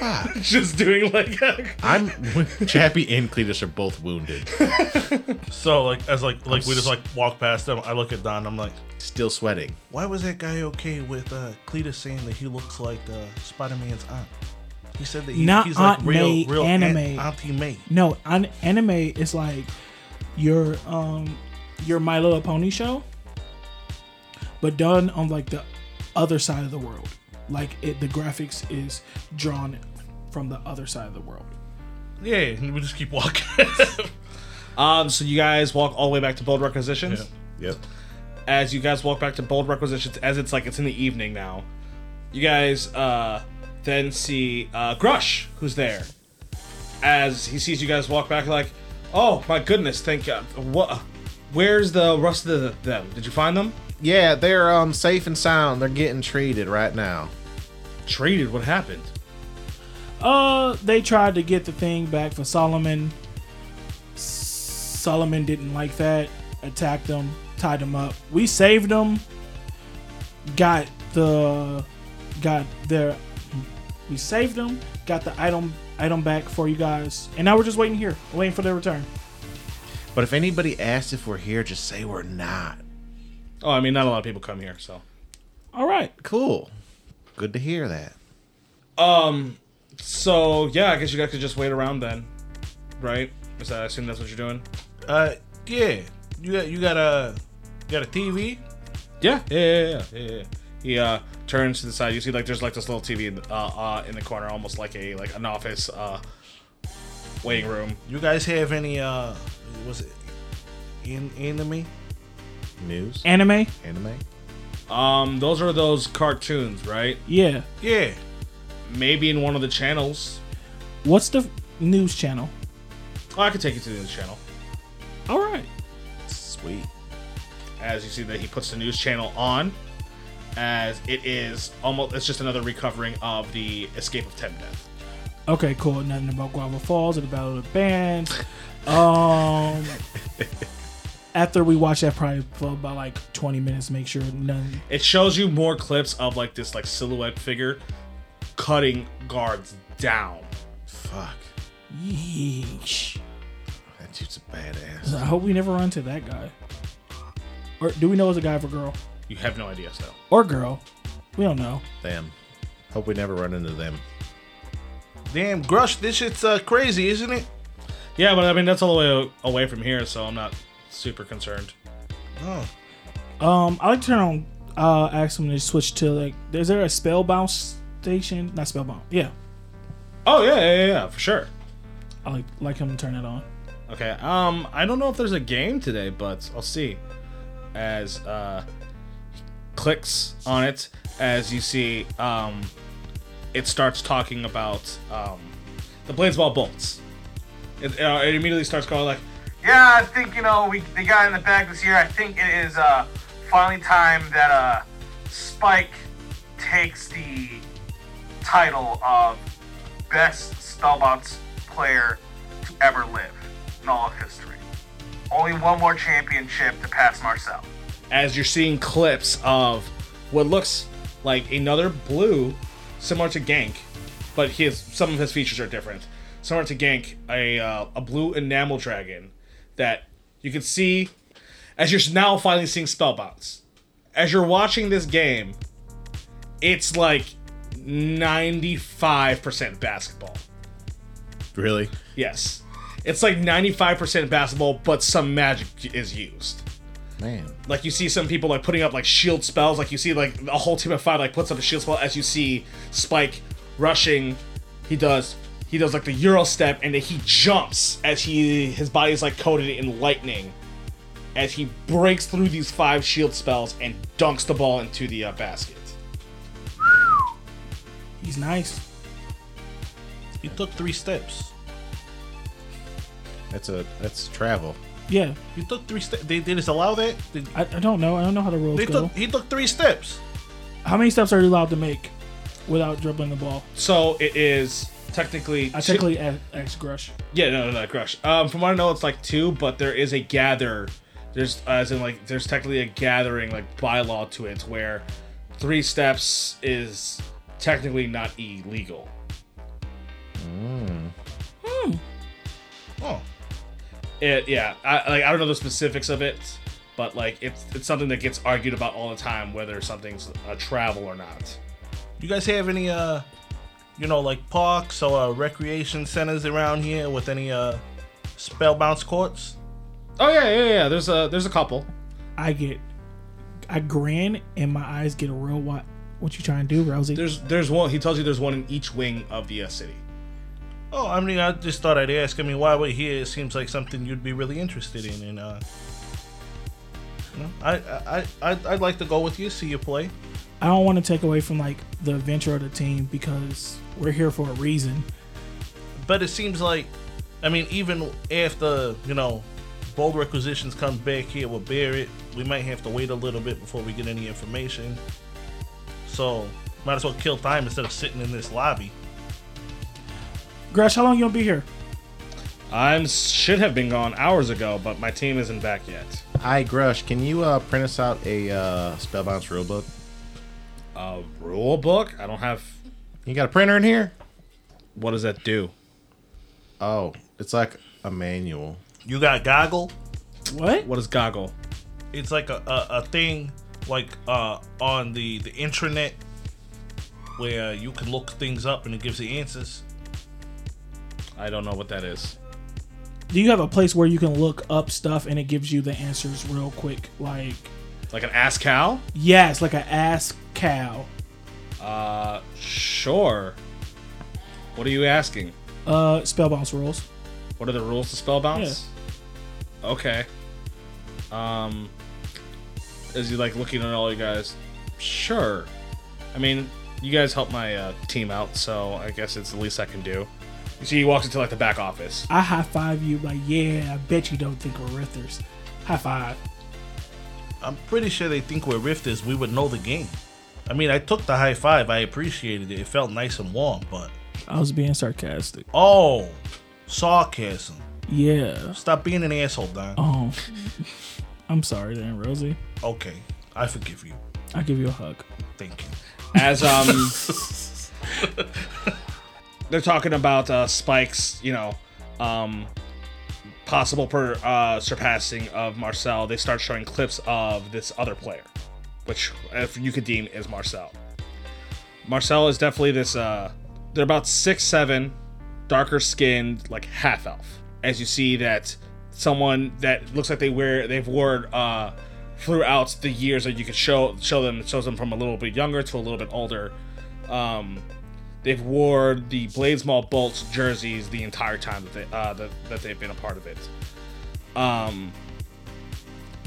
just doing like.
I'm Chappie and Cletus are both wounded,
So like, as like like we just like walk past them, I look at Don, I'm like,
still sweating.
why was that guy okay with uh, Cletus saying that he looks like uh, Spider-Man's aunt? He said that he,
Not
he's
Aunt
like real,
May,
real Aunt-
anime.
Auntie May.
No, an- anime is like your um your My Little Pony show, but done on like the other side of the world. Like it, the graphics is drawn from the other side of the world.
Yeah, and we just keep walking.
um. So you guys walk all the way back to bold requisitions.
Yeah.
Yep.
as you guys walk back to bold requisitions as it's like it's in the evening now you guys uh then see uh grush who's there as he sees you guys walk back like oh my goodness thank god what where's the rest of the, them did you find them
Yeah, they're um safe and sound. They're getting treated right now.
traded what happened
Uh, they tried to get the thing back for Solomon. Solomon didn't like that. Attacked them, tied them up. We saved them. Got the, got their, we saved them. Got the item item back for you guys, and now we're just waiting here, waiting for their return.
But if anybody asks if we're here, just say we're not.
oh i mean not a lot of people come here so
All right.
Cool. Good to hear that.
so yeah i guess you guys could just wait around then right is that i assume that's what you're doing
uh, yeah, you got you got a you got a TV.
Yeah, yeah, yeah, yeah. yeah, yeah. He uh, turns to the side. You see, like, there's like this little TV in, uh, uh, in the corner, almost like a like an office uh, waiting room.
You guys have any uh, was it in enemy?
News?
Anime.
Anime?
Um, those are those cartoons, right?
Yeah.
Yeah,
Maybe in one of the channels.
What's the news channel?
Oh, I could take you to the news channel.
All right.
Sweet.
As you see that he puts the news channel on, as it is almost it's just another recovering of the escape of Temdeath.
Okay, cool. Nothing about Guava Falls or the Battle of the Bands. Um, after we watch that, probably for about like 20 minutes, make sure none.
It shows you more clips of like this like silhouette figure cutting guards down.
Fuck.
Yeesh.
That dude's a badass.
I hope we never run into that guy. Or do we know it's a guy for girl?
You have no idea, so.
Or girl? We don't know.
Them. Hope we never run into them.
Damn, Grush, this shit's uh, crazy, isn't it?
Yeah, but I mean that's all the way a- away from here, so I'm not super concerned.
Oh,
Um, I like to turn on uh ask them to switch to like is there a spellbound station? Not spellbound. Yeah.
Oh yeah, yeah, yeah, yeah, for sure.
I like like him to turn it on.
Okay. Um, I don't know if there's a game today, but I'll see. As uh, he clicks on it, as you see, um, it starts talking about um, the Bladesball bolts. It, uh, it immediately starts calling like,
Yeah, I think you know we they got in the bag this year. I think it is uh, finally time that uh, Spike takes the title of best Spellbound player to ever live in all of history. Only one more championship to pass Marcel.
as you're seeing clips of what looks like another blue, similar to Gank, but his some of his features are different. Similar to Gank, a uh, a blue enamel dragon that you can see as you're now finally seeing spellbounds. As you're watching this game, it's like 95% basketball.
Really?
Yes. It's like 95% basketball, but some magic is used
Man.
like you see some people like putting up like shield spells like you see like a whole team of five like puts up a shield spell as you see spike rushing he does he does like the euro step and then he jumps as he his body is like coated in lightning as he breaks through these five shield spells and dunks the ball into the uh, basket
He's nice.
He took three steps.
That's a that's travel.
Yeah.
He took three steps. They, they just allow that? They,
I, I don't know. I don't know how the rules
they
go.
took, he took three steps.
how many steps are you allowed to make without dribbling the ball?
so it is technically
I
two-
technically a- asked Grush.
Yeah, no, no, no, crush. Um, from what I know, it's like two, but there is a gather. There's as in like there's technically a gathering like bylaw to it where three steps is technically not illegal.
Oh,
It yeah, I like I don't know the specifics of it, but like it's it's something that gets argued about all the time whether something's a travel or not.
You guys have any uh you know like parks or uh, recreation centers around here with any uh spell bounce courts?
Oh yeah, yeah, yeah. There's a there's a couple.
I get, I grin and my eyes get real wide. What you trying to do, Rousey?
There's there's one. He tells you there's one in each wing of the uh, city.
Oh, I mean I just thought I'd ask. I mean why we're here it seems like something you'd be really interested in and uh you know, I I I I'd- I'd like to go with you, see you play.
I don't want to take away from like the adventure of the team because we're here for a reason.
But it seems like I mean even after, you know, bold requisitions comes back here with Barrett, we might have to wait a little bit before we get any information. So might as well kill time instead of sitting in this lobby.
Grush, how long you gonna be here?
I should have been gone hours ago, but my team isn't back yet.
Hi, Grush. Can you uh, print us out a uh, Spellbound rulebook?
a rule book. I don't have.
You got a printer in here?
What does that do?
Oh, it's like a manual.
You got goggle.
What?
What is goggle?
It's like a, a, a thing like uh, on the the intranet where you can look things up and it gives the answers.
I don't know what that is.
Do you have a place where you can look up stuff and it gives you the answers real quick? Like
Like an ass cow?
yes, like a ass cow.
Uh, sure. What are you asking?
Uh, spell bounce rules.
What are the rules to spell bounce? Okay. Um, is he like looking at all you guys? Sure. I mean, you guys help my uh, team out, so I guess it's the least I can do. You see, he walks into like the back office.
I high five you like yeah. I bet you don't think we're rifters. High five.
I'm pretty sure they think we're rifters. We would know the game. I mean, I took the high five. I appreciated it. It felt nice and warm, but
I was being sarcastic.
oh, sarcasm.
Yeah.
Stop being an asshole, Don.
Oh, I'm sorry, then Rosie.
Okay, I forgive you.
I give you a hug.
Thank you.
as um they're talking about uh spikes you know um possible per uh, surpassing of Marcel, they start showing clips of this other player, which if you could deem is Marcel. Marcel is definitely this. Uh, they're about six seven, darker skinned, like half elf. As you see that someone that looks like they wear they've worn uh, throughout the years that you could show show them it shows them from a little bit younger to a little bit older. Um, they've worn the Blades Mall Bolts jerseys the entire time that they uh, that, that they've been a part of it. Um,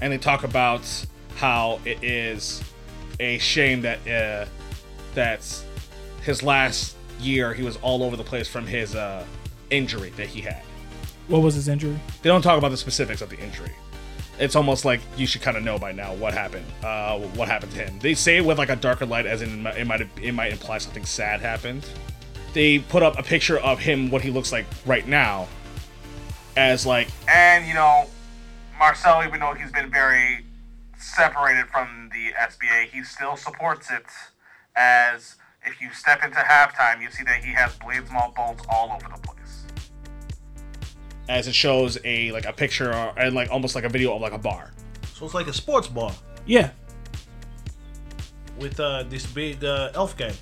and they talk about how it is a shame that uh, that his last year he was all over the place from his uh, injury that he had.
What was his injury?
They don't talk about the specifics of the injury. It's almost like you should kind of know by now what happened. Uh, what happened to him? They say it with like a darker light, as in it might it might imply something sad happened. They put up a picture of him, what he looks like right now, as like
And you know, Marcel, even though he's been very separated from the SBA, he still supports it. As if you step into halftime, you see that he has blades, malt bolts all over the place.
as it shows a like a picture or, and like almost like a video of like a bar.
So it's like a sports bar
Yeah,
with uh, this big uh, elf gang.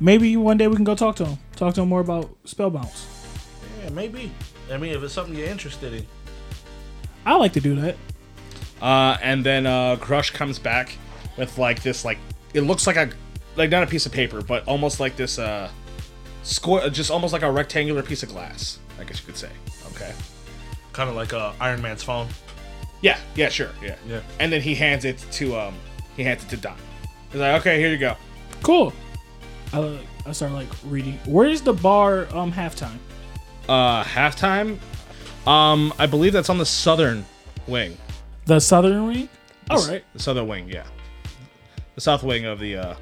maybe one day we can go talk to him. Talk to him more about spell bounce.
Yeah, maybe. I mean, if it's something you're interested in.
I like to do that.
Uh, and then uh, Grush comes back with like this, like it looks like a, like not a piece of paper, but almost like this, uh, square, just almost like a rectangular piece of glass. I guess you could say. Okay.
Kind of like uh, Iron Man's phone.
Yeah. Yeah. Sure. Yeah.
Yeah.
And then he hands it to um, he hands it to Don. He's like, okay, here you go.
Cool. I, I start like reading. Where's the bar um halftime?
Uh, halftime. Um, I believe that's on the southern wing.
The southern wing. All right.
The southern wing, yeah. The south wing of the uh,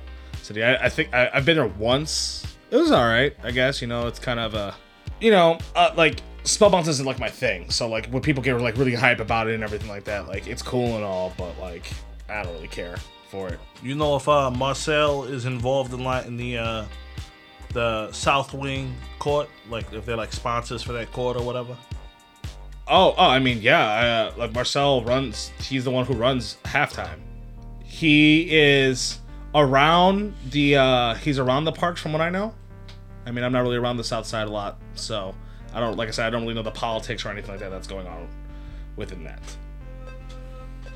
city. I, I think I, I've been there once. It was all right, I guess. You know, it's kind of a, you know, uh, like spell bounce isn't like my thing. So like when people get like really hype about it and everything like that, like it's cool and all, but like I don't really care for it.
You know, if uh, Marcel is involved in like in the uh, the South Wing court, like if they're like sponsors for that court or whatever.
Oh, oh, I mean, yeah, uh, like Marcel runs. He's the one who runs halftime. He is around the. uh He's around the parks, from what I know. I mean, I'm not really around the South Side a lot, so I don't. Like I said, I don't really know the politics or anything like that that's going on within that.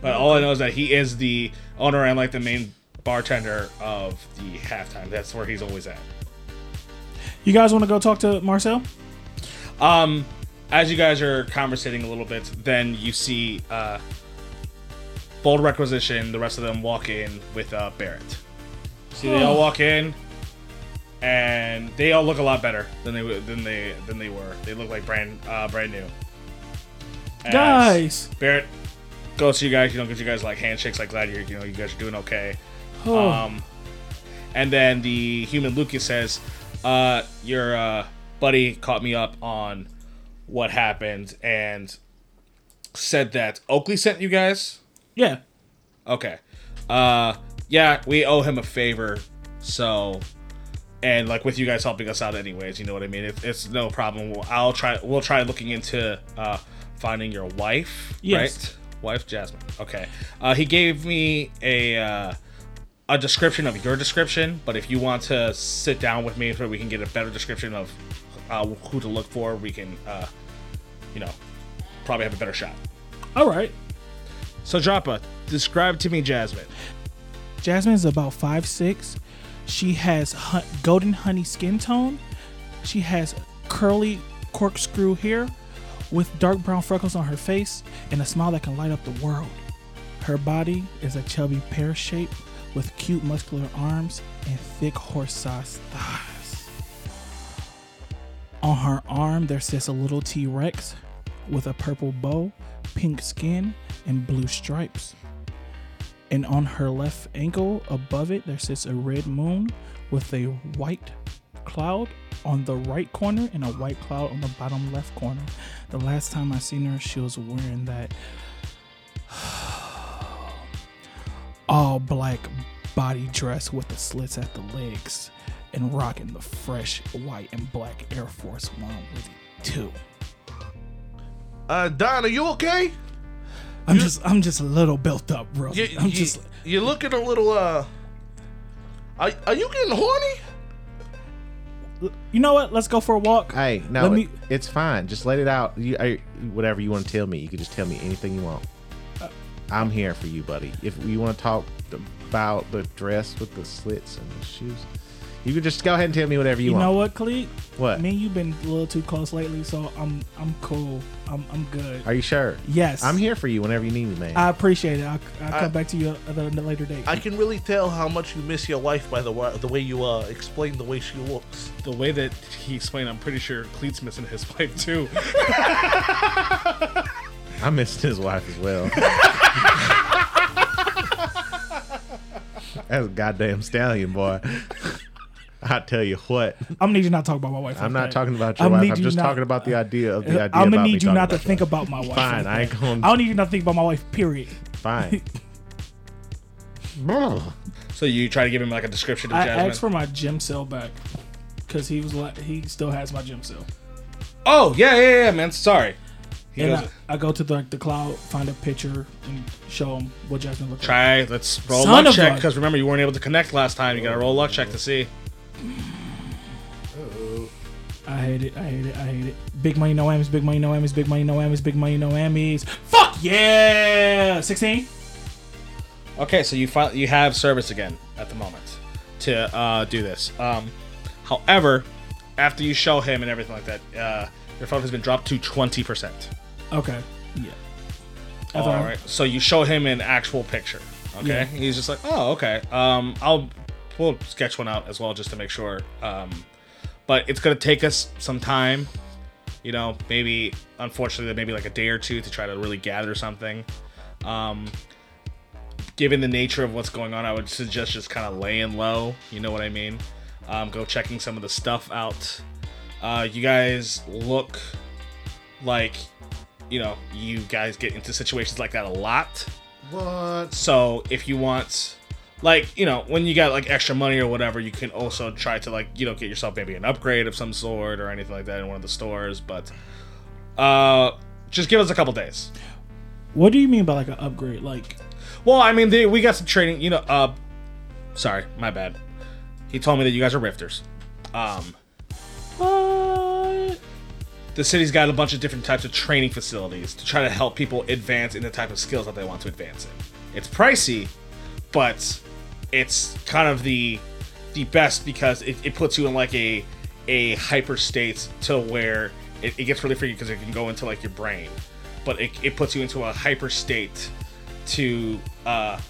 But all I know is that he is the owner and like the main bartender of the halftime. That's where he's always at.
You guys want to go talk to Marcel?
Um, as you guys are conversating a little bit, then you see uh, Bold Requisition, the rest of them walk in with uh, Barrett. See, they
Oh, Hmm.
all walk in, and they all look a lot better than they w- than they than they were. They look like brand uh, brand new. As
Guys.
Barrett goes to you guys. You know, gives you guys like handshakes, like glad you're you know you guys are doing okay.
Oh.
Um, and then the human Lucas says, uh, "Your uh, buddy caught me up on what happened and said that Oakley sent you guys."
yeah.
Okay. Uh, yeah, we owe him a favor, so and like with you guys helping us out anyways, you know what I mean. It, it's no problem. We'll- I'll try. We'll try looking into uh, finding your wife.
Yes.
Right? Wife Jasmine. Okay. Uh, he gave me a uh, a description of your description, but if you want to sit down with me so we can get a better description of uh, who to look for, we can, uh, you know, probably have a better shot.
All right.
So Joppa, describe to me Jasmine.
Jasmine's about five six. She has hu- golden honey skin tone. She has curly corkscrew hair with dark brown freckles on her face and a smile that can light up the world. Her body is a chubby pear shape with cute muscular arms and thick horse sized thighs. On her arm, there sits a little T Rex with a purple bow, pink skin, and blue stripes and on her left ankle above it there sits a red moon with a white cloud on the right corner and a white cloud on the bottom left corner the last time i seen her she was wearing that all black body dress with the slits at the legs and rocking the fresh white and black air force one with it too
Uh, Don, are you okay?
I'm just I'm just a little built up, bro.
You,
I'm
you,
just
you're looking a little. Uh, are, are you getting horny?
You know what? Let's go for a walk.
Hey, no,
Let
it-
me-
it's fine. Just let it out. You, I, whatever you want to tell me, you can just tell me anything you want.
Uh,
I'm here for you, buddy. If you want to talk about the dress with the slits and the shoes, you can just go ahead and tell me whatever you,
You
want.
know what, Khalid?
What?
Me and you've been a little too close lately, so I'm I'm cool. I'm I'm good.
Are you sure?
Yes.
I'm here for you whenever you need me, man.
I appreciate it. I'll, I'll
I-
come back to you at a later date.
I can really tell how much you miss your wife by the wa- the way you uh explain the way she looks.
The way that he explained, I'm pretty sure Cleet's missing his wife too.
I missed his wife as well. That's a goddamn stallion, boy. I tell you what,
I'm need you not to talk about my wife.
I'm
like
not
that.
talking about your
I'm
wife.
need
I'm
you
just
not-
talking about the idea of the idea.
I'm
about
gonna
me
need you
talking
not to
about
think
your
about my wife.
Fine,
like
I ain't
that.
gonna-
I don't need you not to think about my wife. Period.
Fine. Brr.
so you try to give him like a description of
I
Jasmine.
asked for my gym cell back because he was like he still has my gym cell.
oh yeah, yeah, yeah, man. Sorry. He
And
goes,
I, I go to the, like, the cloud, find a picture, and show him what Jasmine looks
try.
like.
Let's roll
Son
luck
of
check
a-
because remember you weren't able to connect last time. You gotta roll luck check to see.
I hate it. I hate it. I hate it. Big money, no Emmys. Big money, no Emmys. Big money, no Emmys. Big money, no Emmys. Fuck yeah! 16?
Okay, so you fi- you have service again at the moment to uh, do this. Um, however, after you show him and everything like that, uh, your phone has been dropped to twenty percent.
Okay. Yeah. I thought-
All right. So you show him an actual picture. Okay.
Yeah.
He's just like, oh, okay. Um, I'll we'll sketch one out as well just to make sure. Um, but it's gonna take us some time. You know, maybe unfortunately, maybe like a day or two to try to really gather something. Um, given the nature of what's going on, I would suggest just kind of laying low. You know what I mean? Um, go checking some of the stuff out. Uh, you guys look like you know you guys get into situations like that a lot
What?
so if you want like you know when you got like extra money or whatever you can also try to like you know get yourself maybe an upgrade of some sort or anything like that in one of the stores but uh just give us a couple days
What do you mean by like an upgrade? Like,
well i mean they, we got some training you know uh sorry my bad he told me that you guys are rifters um
what?
the city's got a bunch of different types of training facilities to try to help people advance in the type of skills that they want to advance in. It's pricey, but it's kind of the the best because it, it puts you in like a a hyper state to where it, it gets really freaky because it can go into like your brain, but it, it puts you into a hyper state to uh,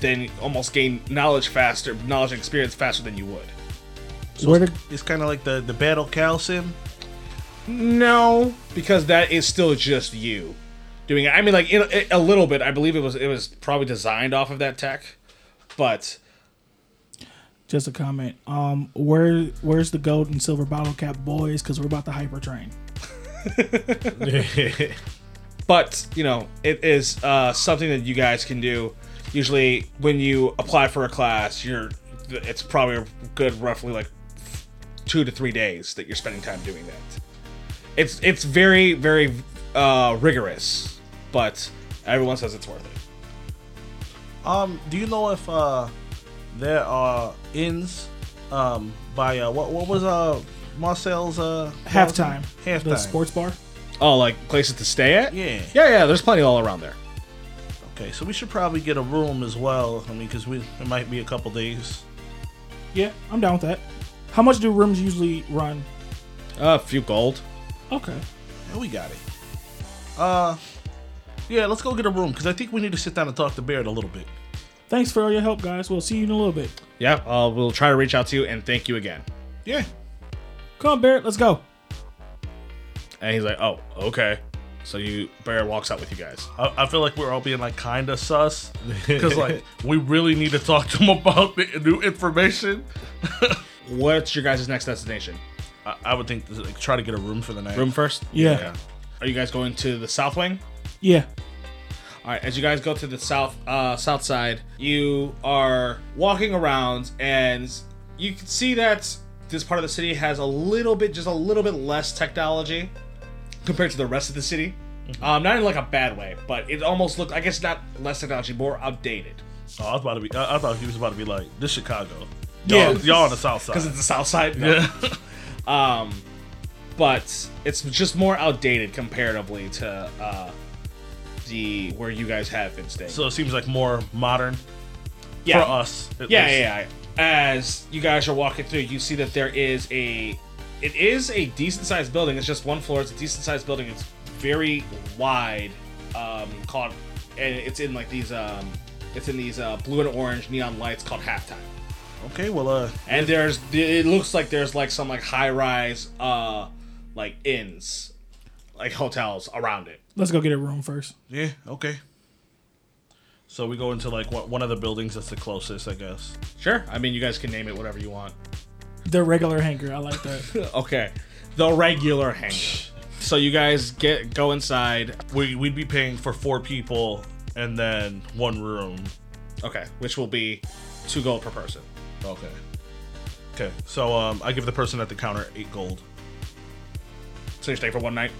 then almost gain knowledge faster, knowledge and experience faster than you would.
Where to,
It's kind of like the the battle cal sim.
No, because that is still just you doing it. I mean, like in a, a little bit. I believe it was it was probably designed off of that tech, but
just a comment. Um, where where's the gold and silver bottle cap boys? Because we're about to hyper train.
but you know it is uh, something that you guys can do. Usually, when you apply for a class, you're it's probably a good roughly like two to three days that you're spending time doing that. It's it's very very uh, rigorous, but everyone says it's worth it.
Um, do you know if uh there are inns um by uh what what was uh Marcel's uh
Halftime. The
halftime
sports bar.
Oh, like places to stay at?
Yeah.
yeah, yeah. There's plenty all around there.
Okay, so we should probably get a room as well. I mean, because we it might be a couple days.
Yeah, I'm down with that. How much do rooms usually run?
A few gold.
Okay.
Yeah, we got it. Uh, yeah, let's go get a room because I think we need to sit down and talk to Barrett a little bit.
Thanks for all your help, guys. We'll see you in a little bit.
Yeah, uh, we'll try to reach out to you and thank you again.
Yeah.
Come on, Barrett. Let's go.
And he's like, oh, okay. So you Bear walks out with you guys.
I, I feel like we're all being like kind of sus because like we really need to talk to him about the new information.
What's your guys' next destination?
I, I would think like, try to get a room for the night.
Room first.
Yeah.
Are you guys going to the south wing?
Yeah.
All right. As you guys go to the south uh, south side, you are walking around, and you can see that this part of the city has a little bit, just a little bit less technology compared to the rest of the city. Mm-hmm. Um, not in like a bad way, but it almost looked, I guess, not less technology, more outdated.
Oh, I was about to be. I, I thought he was about to be like this Chicago.
Yeah.
Y'all, y'all on the South
Because
Side.
it's the South Side. No.
Yeah.
Um, but it's just more outdated comparatively to uh, the where you guys have been staying.
so it seems like more modern
yeah.
for us. at
Yeah,
least.
yeah, yeah. As you guys are walking through, you see that there is a. It is a decent sized building. It's just one floor. It's a decent sized building. It's very wide. Um, called, and it's in like these. Um, it's in these uh, blue and orange neon lights called halftime.
Okay. Well, uh,
And there's. It looks like there's like some like high rise, uh, like inns, like hotels around it.
Let's go get a room first.
yeah. Okay. So we go into like one one of the buildings that's the closest, I guess.
Sure. I mean, you guys can name it whatever you want.
The regular hanker. I like that.
Okay. The regular hangar. So you guys get go inside.
We we'd be paying for four people and then one room.
Okay, which will be two gold per person.
Okay. Okay. So um, I give the person at the counter eight gold.
So you stay for one night.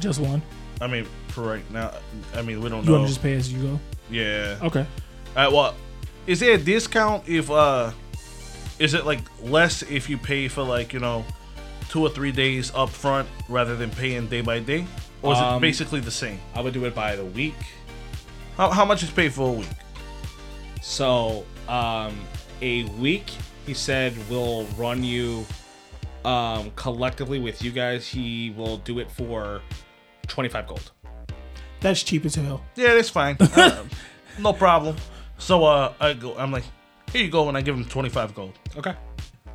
just one.
I mean, for right now, I mean we don't
You
know.
want to just Oh. pay as you go?
yeah.
Okay.
Uh, well, is there a discount if uh, is it like less if you pay for like you know, two or three days up front rather than paying day by day, or is
Um,
it basically the same?
I would do it by the week.
How, how much is paid for a week?
So um, a week, he said, will run you um, collectively with you guys. He will do it for twenty-five gold.
That's cheap as hell.
Yeah, that's fine. Uh, no problem. So uh, I go. I'm like, here you go, and I give him 25 gold.
Okay.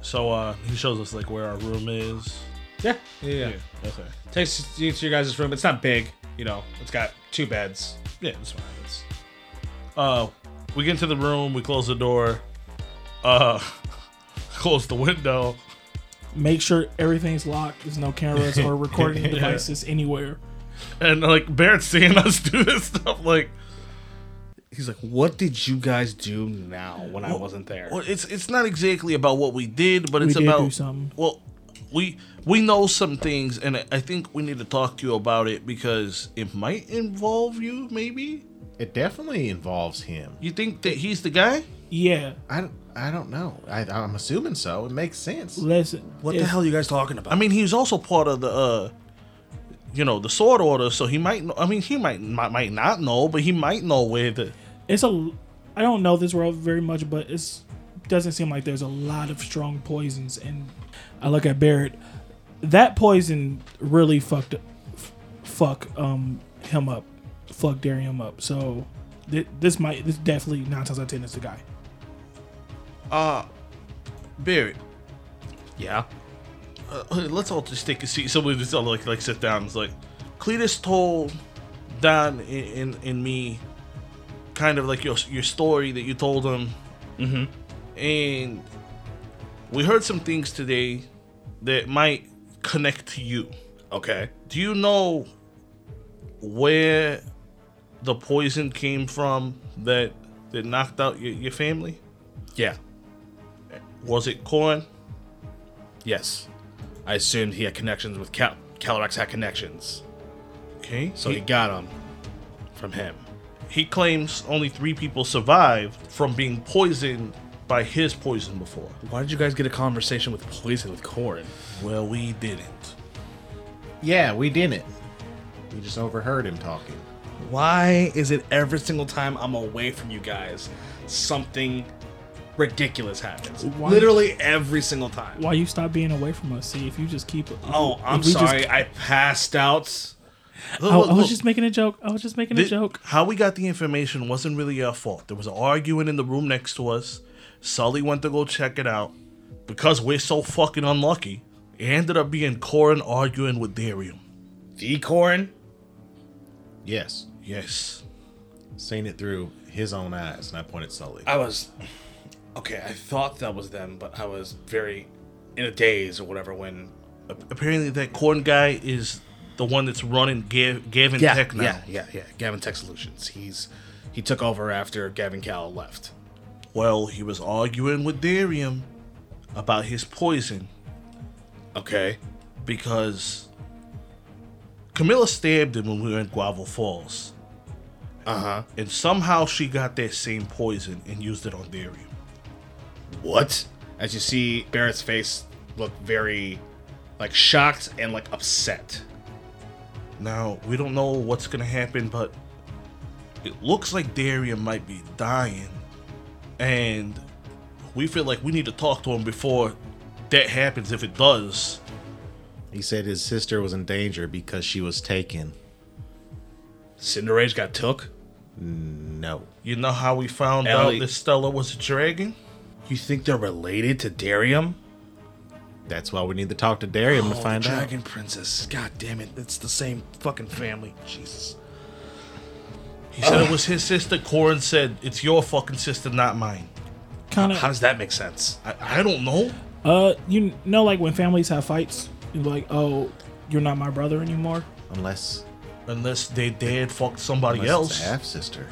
So uh, he shows us like where our room is.
Yeah. Yeah. yeah.
Okay.
Takes you to your guys' room. It's not big. You know, it's got two beds.
Yeah, that's fine. That's... Uh, we get into the room, we close the door, uh, close the window.
Make sure everything's locked. There's no cameras or recording devices anywhere.
and like Barrett's seeing us do this stuff, like
He's like, "What did you guys do now when I wasn't there?"
well, it's it's not exactly about what we did, but
We
it's
did
about
do something.
well, we we know some things, and I- I think we need to talk to you about it because it might involve you. Maybe
It definitely involves him.
you think that he's the guy.
Yeah.
I, don't- I don't know. I, I'm assuming so. It makes sense.
Listen. What
hell are you guys talking about?
I mean, he's also part of the. uh you know the sword order, so he might. Know, I mean, he might, might might not know, but he might know where the.
It's a. I don't know this world very much, but it's doesn't seem like there's a lot of strong poisons. And I look at Barrett. That poison really fucked, f- fuck um him up, fuck Darium up. So th- this might this definitely nine times out of ten is the guy.
Barrett,
yeah.
Hey, Uh, let's all just take a seat. Somebody just all like like sit down. It's like Cletus told Don and, and, and me kind of like your your story that you told him, mm-hmm. and we heard some things today that might connect to you.
Okay.
Do you know where the poison came from that that knocked out your, your family?
Yeah.
Was it corn?
Yes. I assumed he had connections with Cal. Calorex had connections.
Okay,
So he, got them from him.
He claims only three people survived from being poisoned by his poison before.
Why did you guys get a conversation with Poison with Corin?
Well, we didn't.
Yeah, we didn't. We just overheard him talking.
Why is it every single time I'm away from you guys, something ridiculous happens?
Why-
Literally every single time.
Why you stop being away from us? See if you just keep.
Oh, I'm
if we just-
sorry. I passed out.
Look,
I,
look,
Oh, I was
look.
just making a joke. I was just making a
Thi-
joke.
How we got the information wasn't really our fault. There was arguing in the room next to us. Sully went to go check it out. Because we're so fucking unlucky, it ended up being Corin arguing with Darium.
The Corin?
Yes.
Yes.
Seen it through his own eyes, and I pointed Sully.
I was. Okay, I thought that was them, but I was very in a daze or whatever when.
Apparently, that Corin guy is the one that's running Gav- Gavin Tech now.
yeah, yeah, yeah. Gavin Tech Solutions. He's he took over after Gavin Cal left.
Well, he was arguing with Darium about his poison
Okay.
because Camilla stabbed him when we were in Guava Falls.
Uh-huh.
Uh huh. And somehow she got that same poison and used it on Darian.
What? As you see Barrett's face look very like shocked and like upset.
Now, we don't know what's going to happen, but it looks like Darian might be dying. And we feel like we need to talk to him before that happens, if it does.
He said his sister was in danger because she was taken.
Cinderage got took?
No.
You know how we found
Ellie-
out that Stella was a dragon?
You think they're related to Darium?
That's why we need to talk to Darium to
Oh,
find
the
out.
Dragon Princess. God damn it. It's the same fucking family. Jesus.
He said it was his sister. Corin said, It's your fucking sister, not mine.
Kind
How
of.
does that make sense?
I, I don't know.
Uh, you know, like when families have fights, you're like, oh, you're not my brother anymore.
Unless,
Unless they dad fucked somebody
unless
else.
it's a half sister.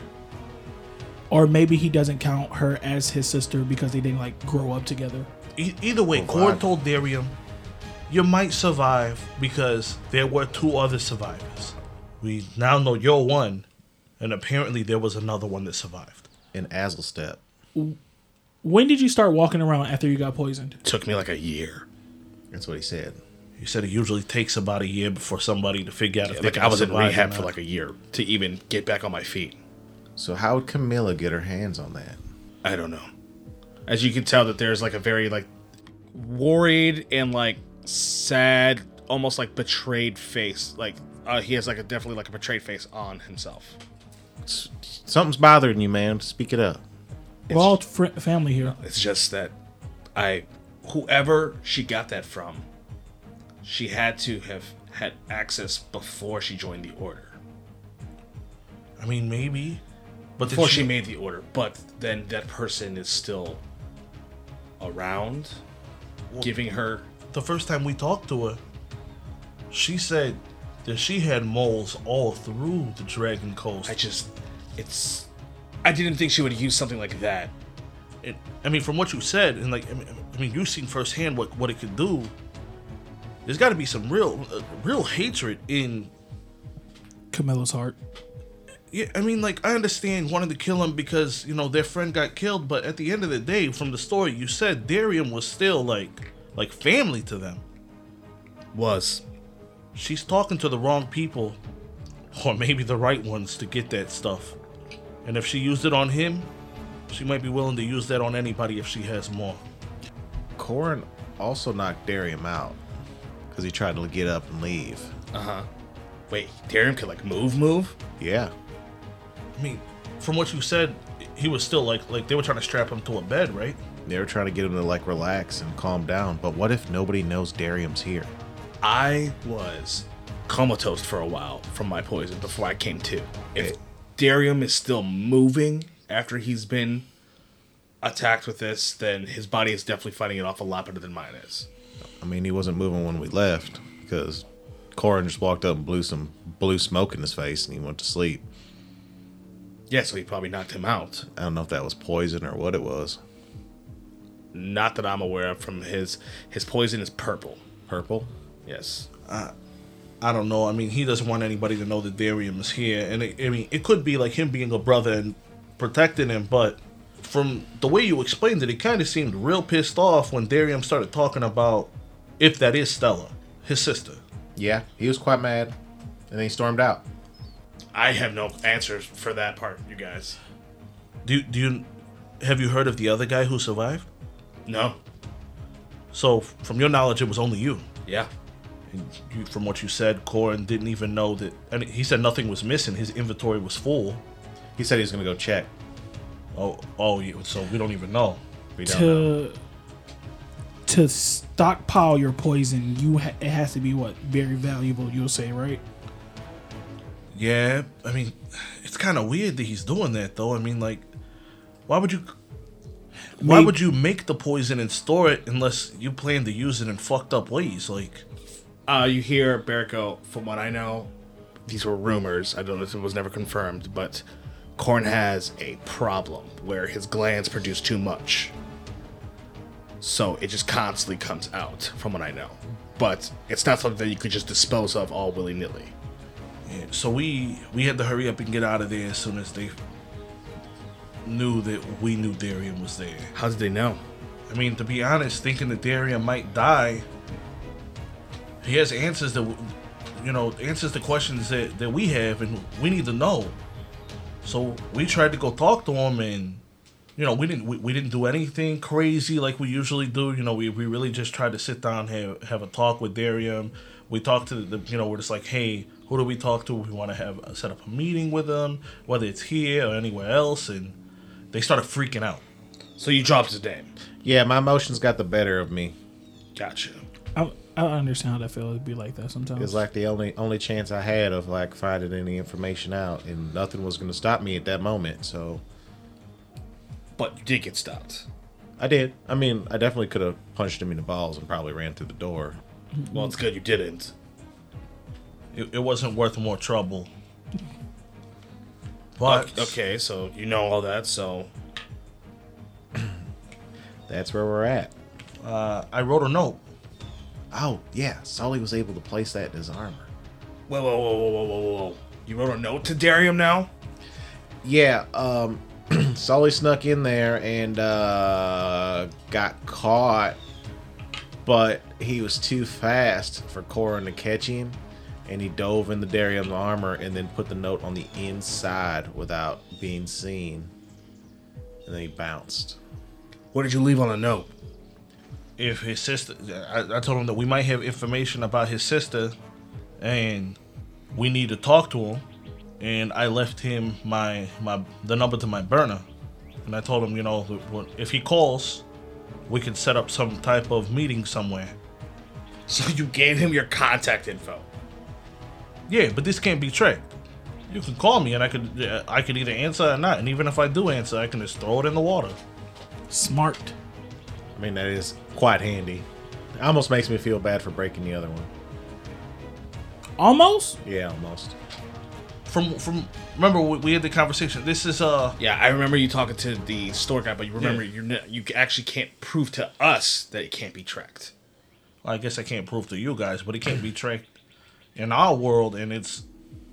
Or maybe he doesn't count her as his sister because they didn't like grow up together.
E- either way, Corin told Darium, you might survive because there were two other survivors. We now know you're one, and apparently there was another one that survived.
In Azelstep.
When did you start walking around after you got poisoned?
Took me like a year.
That's what he said.
He said it usually takes about a year before somebody to figure out if they
Like
can
I was in
survive or
rehab for
not.
like a year to even get back on my feet.
So how would Camilla get her hands on that?
I don't know. As you can tell that there's like a very like worried and like sad, almost like betrayed face. Like uh, he has like a definitely like a betrayed face on himself.
Something's bothering you, man. Speak it up.
We're all fr- family here.
It's just that I, whoever she got that from, she had to have had access before she joined the order,
I mean, maybe. But
before
did
she
she,
made the order. But then that person is still around, giving her.
the first time we talked to her, she said that she had moles all through the Dragon Coast.
I just, it's, I didn't think she would use something like that.
it, I mean, from what you said, and like, I mean, I mean you've seen firsthand what, what it could do. There's got to be some real, uh, real hatred in.
Camilla's heart.
Yeah, I mean, like, I understand wanting to kill him because you know their friend got killed, but at the end of the day, from the story you said, Darium was still like, like family to them.
Was
She's talking to the wrong people, or maybe the right ones to get that stuff. And if she used it on him, she might be willing to use that on anybody if she has more.
Corin also knocked Darium out because he tried to get up and leave.
wait, Darium could like move, move.
Yeah.
I mean, from what you said, he was still like like they were trying to strap him to a bed, right?
They were trying to get him to like relax and calm down. But what if nobody knows Darium's here?
I was comatose for a while from my poison before I came to. If Darium is still moving after he's been attacked with this, then his body is definitely fighting it off a lot better than mine is.
I mean, he wasn't moving when we left because Corin just walked up and blew some blue smoke in his face and he went to sleep.
Yeah, so he probably knocked him out.
I don't know if that was poison or what it was.
Not that I'm aware of from his his poison is purple.
Purple?
Yes.
I don't know. I mean, he doesn't want anybody to know that Darium is here, and it, I mean, it could be like him being a brother and protecting him. But from the way you explained it, it kind of seemed real pissed off when Darium started talking about if that is Stella, his sister.
Yeah, he was quite mad and then he stormed out.
I have no answers for that part, you guys.
Do do you have you heard of the other guy who survived?
No.
So, from your knowledge, it was only you.
Yeah.
you, from what you said, Corin didn't even know that. And he said nothing was missing. His inventory was full.
He said he was going to go check.
Oh, oh, yeah, so we don't even know.
We don't know.
To to stockpile your poison, you ha- it has to be what very valuable. You'll say right.
Yeah, I mean, it's kind of weird that he's doing that, though. I mean, like, why would you? Why
Maybe-
would you make the poison and store it unless you plan to use it in fucked up ways? Like,
Uh, you hear Barrett go, from what I know, these were rumors. I don't know if it was never confirmed, but Korn has a problem where his glands produce too much. So it just constantly comes out, from what I know. But it's not something that you could just dispose of all willy nilly.
So we we had to hurry up and get out of there as soon as they knew that we knew Darian was there.
How did they know?
I mean, to be honest, thinking that Darian might die, he has answers that, w- you know, answers the questions that, that we have and we need to know. So we tried to go talk to him and, you know, we didn't we, we didn't do anything crazy like we usually do. You know, we, we really just tried to sit down have have a talk with Darian. We talked to the, the you know we're just like hey who do we talk to? We want to have uh, set up a meeting with them whether it's here or anywhere else and they started freaking out.
So you dropped his name.
Yeah, my emotions got the better of me.
Gotcha.
I, I understand how that feels. It'd be like that sometimes.
It's like the only only chance I had of like finding any information out, and nothing was going to stop me at that moment. So
But you did get stopped.
I did. I mean, I definitely could have punched him in the balls and probably ran through the door.
Well, it's good you didn't.
it, it wasn't worth more trouble. But
Okay, so you know all that, so
That's where we're at.
uh, I wrote a note.
Oh yeah, Sully was able to place that in his armor.
Whoa, whoa, whoa, whoa, whoa, whoa, whoa. You wrote a note to Darium now?
Yeah, um, Sully snuck in there and uh, got caught, but he was too fast for Corin to catch him, and he dove into Darium's armor and then put the note on the inside without being seen, and then he bounced.
What did you leave on a note?
If his sister, I, I told him that we might have information about his sister, and we need to talk to him. And I left him my my the number to my burner, and I told him, you know, wh- if he calls, we can set up some type of meeting somewhere.
So you gave him your contact info.
Yeah, but this can't be tracked. You can call me, and I could uh, I could either answer or not. And even if I do answer, I can just throw it in the water.
Smart.
I mean, that is quite handy. It almost makes me feel bad for breaking the other one.
Almost.
Yeah, almost.
from from remember we, we had the conversation this is uh
Yeah, I remember you talking to the store guy, but you remember
Yeah.
you're n- you actually can't prove to us that it can't be tracked.
i guess i can't prove to you guys but it can't be tracked in our world and it's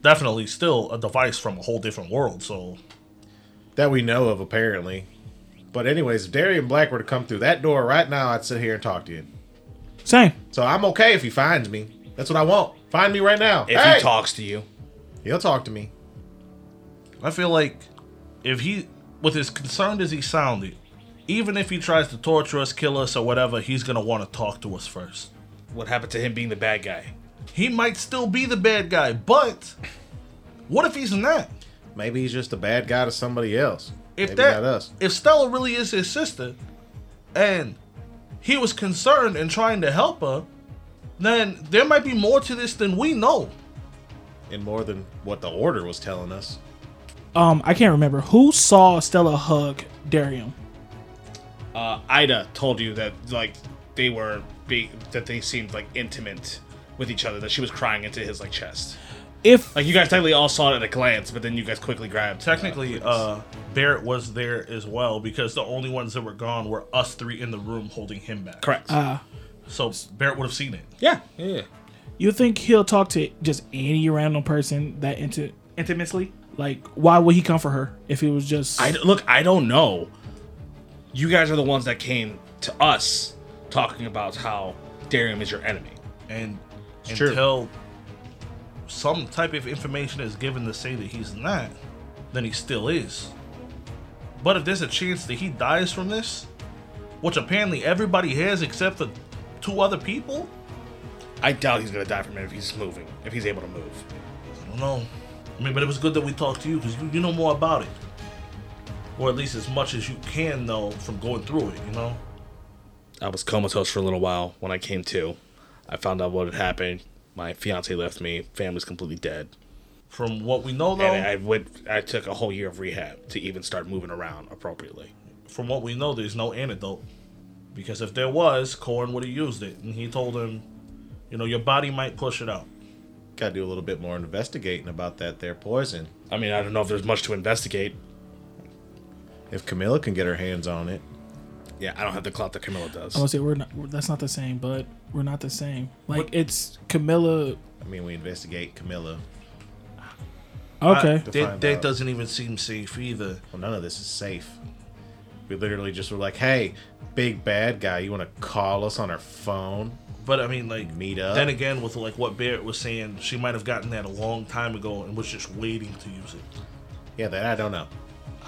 definitely still a device from a whole different world so
That we know of, apparently. But anyways, if Darian Black were to come through that door right now, I'd sit here and talk to you.
Same.
So I'm okay if he finds me. That's what I want. Find me right now.
If
Hey!
he talks to you,
he'll talk to me.
i feel like if he with as concerned as he sounded even if he tries to torture us kill us or whatever he's gonna want to talk to us first
what happened to him being the bad guy?
he might still be the bad guy but what if he's not
Maybe he's just a bad guy to somebody else.
if
Maybe
that
not us.
if Stella really is his sister, and he was concerned and trying to help her, then there might be more to this than we know.
And more than what the order was telling us.
Um, I can't remember who saw Stella hug Darium.
Uh, Ida told you that like they were be- that they seemed like intimate with each other. That she was crying into his like chest.
If
Like you guys technically all saw it at a glance, but then you guys quickly grabbed.
Technically, uh, Barrett was there as well because the only ones that were gone were us three in the room holding him back.
correct.
So Barrett would have seen it.
yeah, yeah.
you think he'll talk to just any random person that into intimately, like why would he come for her if it was just
I d- look, I don't know. You guys are the ones that came to us talking about how Darium is your enemy.
And
true.
until some type of information is given to say that he's not, then he still is. But if there's a chance that he dies from this, which apparently everybody has except for two other people,
I doubt he's gonna die from it if he's moving, if he's able to move.
I don't know. I mean, but it was good that we talked to you because you, you know more about it. Or at least as much as you can know from going through it, you know?
I was comatose for a little while. When I came to, I found out what had happened. My fiance left me. Family's completely dead.
From what we know, though.
And I went. I took a whole year of rehab to even start moving around appropriately.
from what we know, there's no antidote. Because if there was, Corin would have used it. And he told him, you know, your body might push it out.
Gotta do a little bit more investigating about that there poison.
I mean, I don't know if there's much to investigate.
If Camilla can get her hands on it.
Yeah, I don't have the clout that Camilla does.
I would say we're not we're- that's not the same, but we're not the same. Like it's Camilla
I mean, we investigate Camilla.
Okay.
To
That,
find
that
out.
doesn't even seem safe either.
Well, none of this is safe. We literally just were like, hey, big bad guy, you want to call us on our phone?
But I mean, like,
Meet up.
Then again, with like what Barrett was saying, she might have gotten that a long time ago and was just waiting to use it.
Yeah, that I don't know.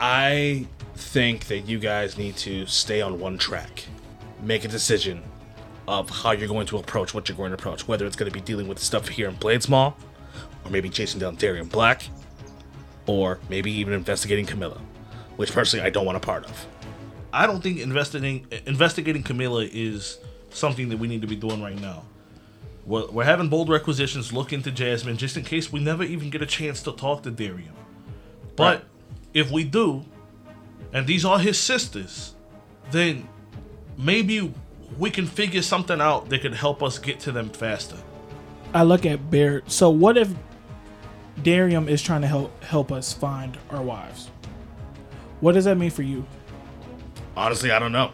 I think that you guys need to stay on one track. Make a decision of how you're going to approach what you're going to approach, whether it's going to be dealing with stuff here in Blades Mall, or maybe chasing down Darian Black, or maybe even investigating Camilla, which personally I don't want a part of.
I don't think investigating investigating Camilla is something that we need to be doing right now. We're, we're having bold requisitions look into Jasmine just in case we never even get a chance to talk to Darian. But
Right.
if we do, and these are his sisters, then maybe we can figure something out that could help us get to them faster.
I look at Barrett. So what if Darium is trying to help help us find our wives? What does that mean for you?
Honestly, I don't know.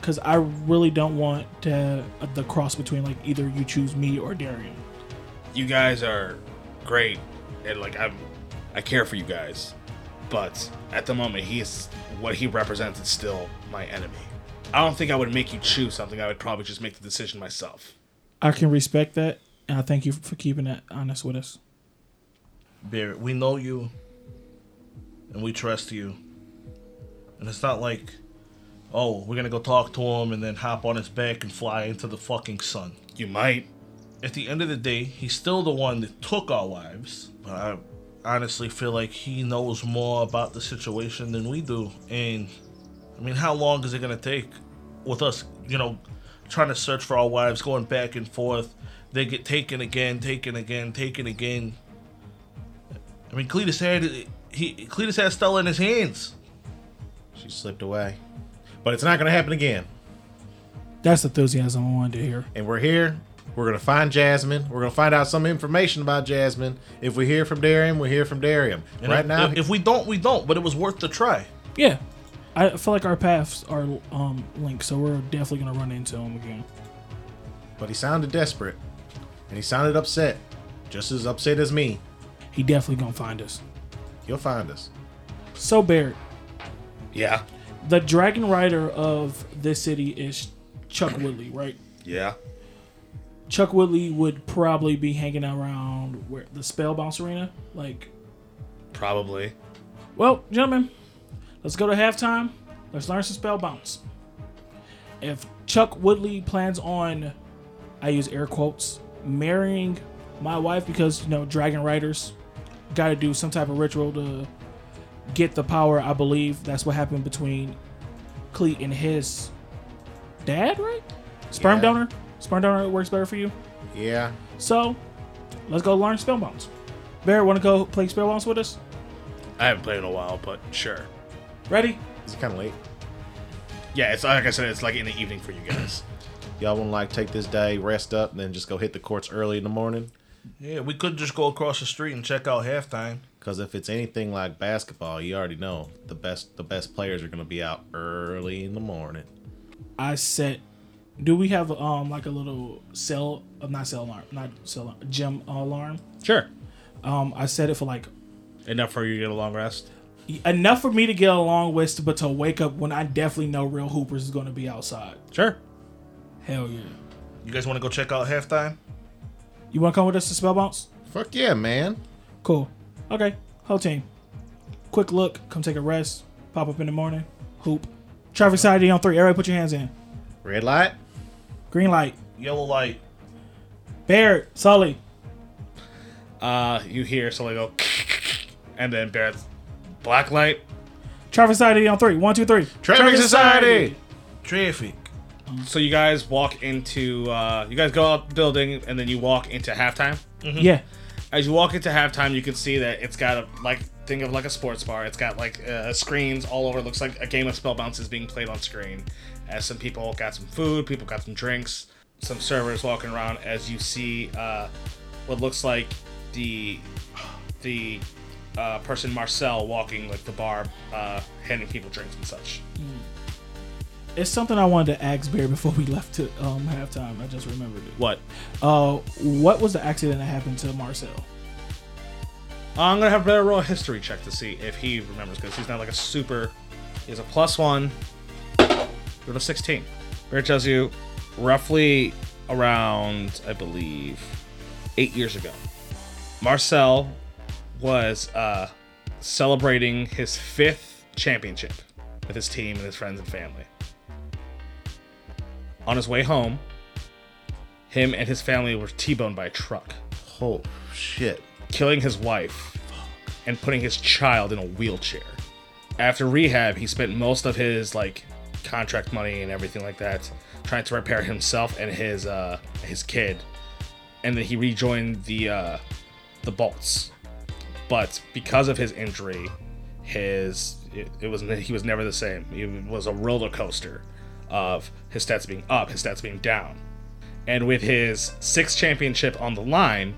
Because I really don't want to, the cross between like either you choose me or Darium.
You guys are great, and like I'm, I care for you guys, but at the moment he's what he represents is still my enemy. I don't think I would make you choose something. I would probably just make the decision myself.
I can respect that, and I thank you for keeping that honest with us.
Barrett, we know you and we trust you. And it's not like, oh, we're gonna go talk to him and then hop on his back and fly into the fucking sun.
You might.
At the end of the day, he's still the one that took our lives, but I honestly feel like he knows more about the situation than we do. And I mean, how long is it gonna take with us, you know, trying to search for our wives, going back and forth? They get taken again, taken again, taken again. I mean, Cletus had he Cletus had Stella in his hands.
She slipped away. But it's not going to happen again.
That's enthusiasm I wanted to hear.
And we're here. We're going to find Jasmine. We're going to find out some information about Jasmine. If we hear from Darium, we hear from Darium.
And
right
if,
now,
if we don't, we don't. But it was worth the try.
Yeah, I feel like our paths are um linked, so we're definitely gonna run into him again.
but he sounded desperate. And he sounded upset. Just as upset as me.
He definitely gonna find us.
You'll find us.
So Barrett,
Yeah.
the dragon rider of this city is Chuck Woodley, right?
Yeah.
Chuck Woodley would probably be hanging around where the Spellbound Arena. Like,
Probably.
well, gentlemen, let's go to halftime. Let's learn some spell bounce. If Chuck Woodley plans on, I use air quotes, marrying my wife because you know Dragon Riders got to do some type of ritual to get the power. I believe that's what happened between Cleet and his dad, right? Sperm
Yeah.
donor. Sperm donor works better for you.
Yeah.
So, let's go learn spell bounce. Bear, want to go play spell bounce with us?
I haven't played in a while, but sure.
Ready?
It's kind of late.
Yeah, it's like I said, it's like in the evening for you guys.
Y'all want to like take this day, rest up, and then just go hit the courts early in the morning?
Yeah, we could just go across the street and check out halftime.
Because if it's anything like basketball, you already know the best the best players are going to be out early in the morning.
I set. Do we have um like a little cell? Uh, not cell alarm. Not cell alarm. Gym alarm.
sure.
Um, I set it for like
Enough for you to get a long rest.
enough for me to get along with, but to wake up when I definitely know real hoopers is going to be outside.
Sure.
Hell yeah!
You guys want to go check out halftime?
You want to come with us to spell bounce?
Fuck yeah, man.
Cool. Okay. Whole team. Quick look. Come take a rest. Pop up in the morning. Hoop. Traffic Saturday on three. Everybody, put your hands in.
Red light.
Green light.
Yellow light.
Barrett. Sully.
Uh, you hear something go, and then Barrett's black light.
Traffic Saturday on three. One, two, three.
Traffic Society.
Traffic.
So you guys walk into, uh, you guys go out the building, and then you walk into halftime.
Yeah.
As you walk into halftime, you can see that it's got a like think of like a sports bar. It's got like uh, screens all over. It looks like a game of spell bounce is being played on screen. As some people got some food, people got some drinks, some servers walking around. As you see uh, what looks like the the uh, person Marcel walking like the bar, uh, handing people drinks and such.
It's something I wanted to ask Barry before we left to um, halftime. I just remembered it.
What?
Uh, what was the accident that happened to Marcel?
I'm gonna have better roll a history check to see if he remembers because he's not like a super. He's a plus one. Go to 16. Bear tells you roughly around, I believe, eight years ago. Marcel was uh, celebrating his fifth championship with his team and his friends and family. On his way home, him and his family were T-boned by a truck
Oh shit.
killing his wife and putting his child in a wheelchair. After rehab, he spent most of his like contract money and everything like that trying to repair himself and his uh his kid. And then he rejoined the uh the Bolts. But because of his injury, his it, it was he was never the same. It was a roller coaster of his stats being up, his stats being down. And with his sixth championship on the line,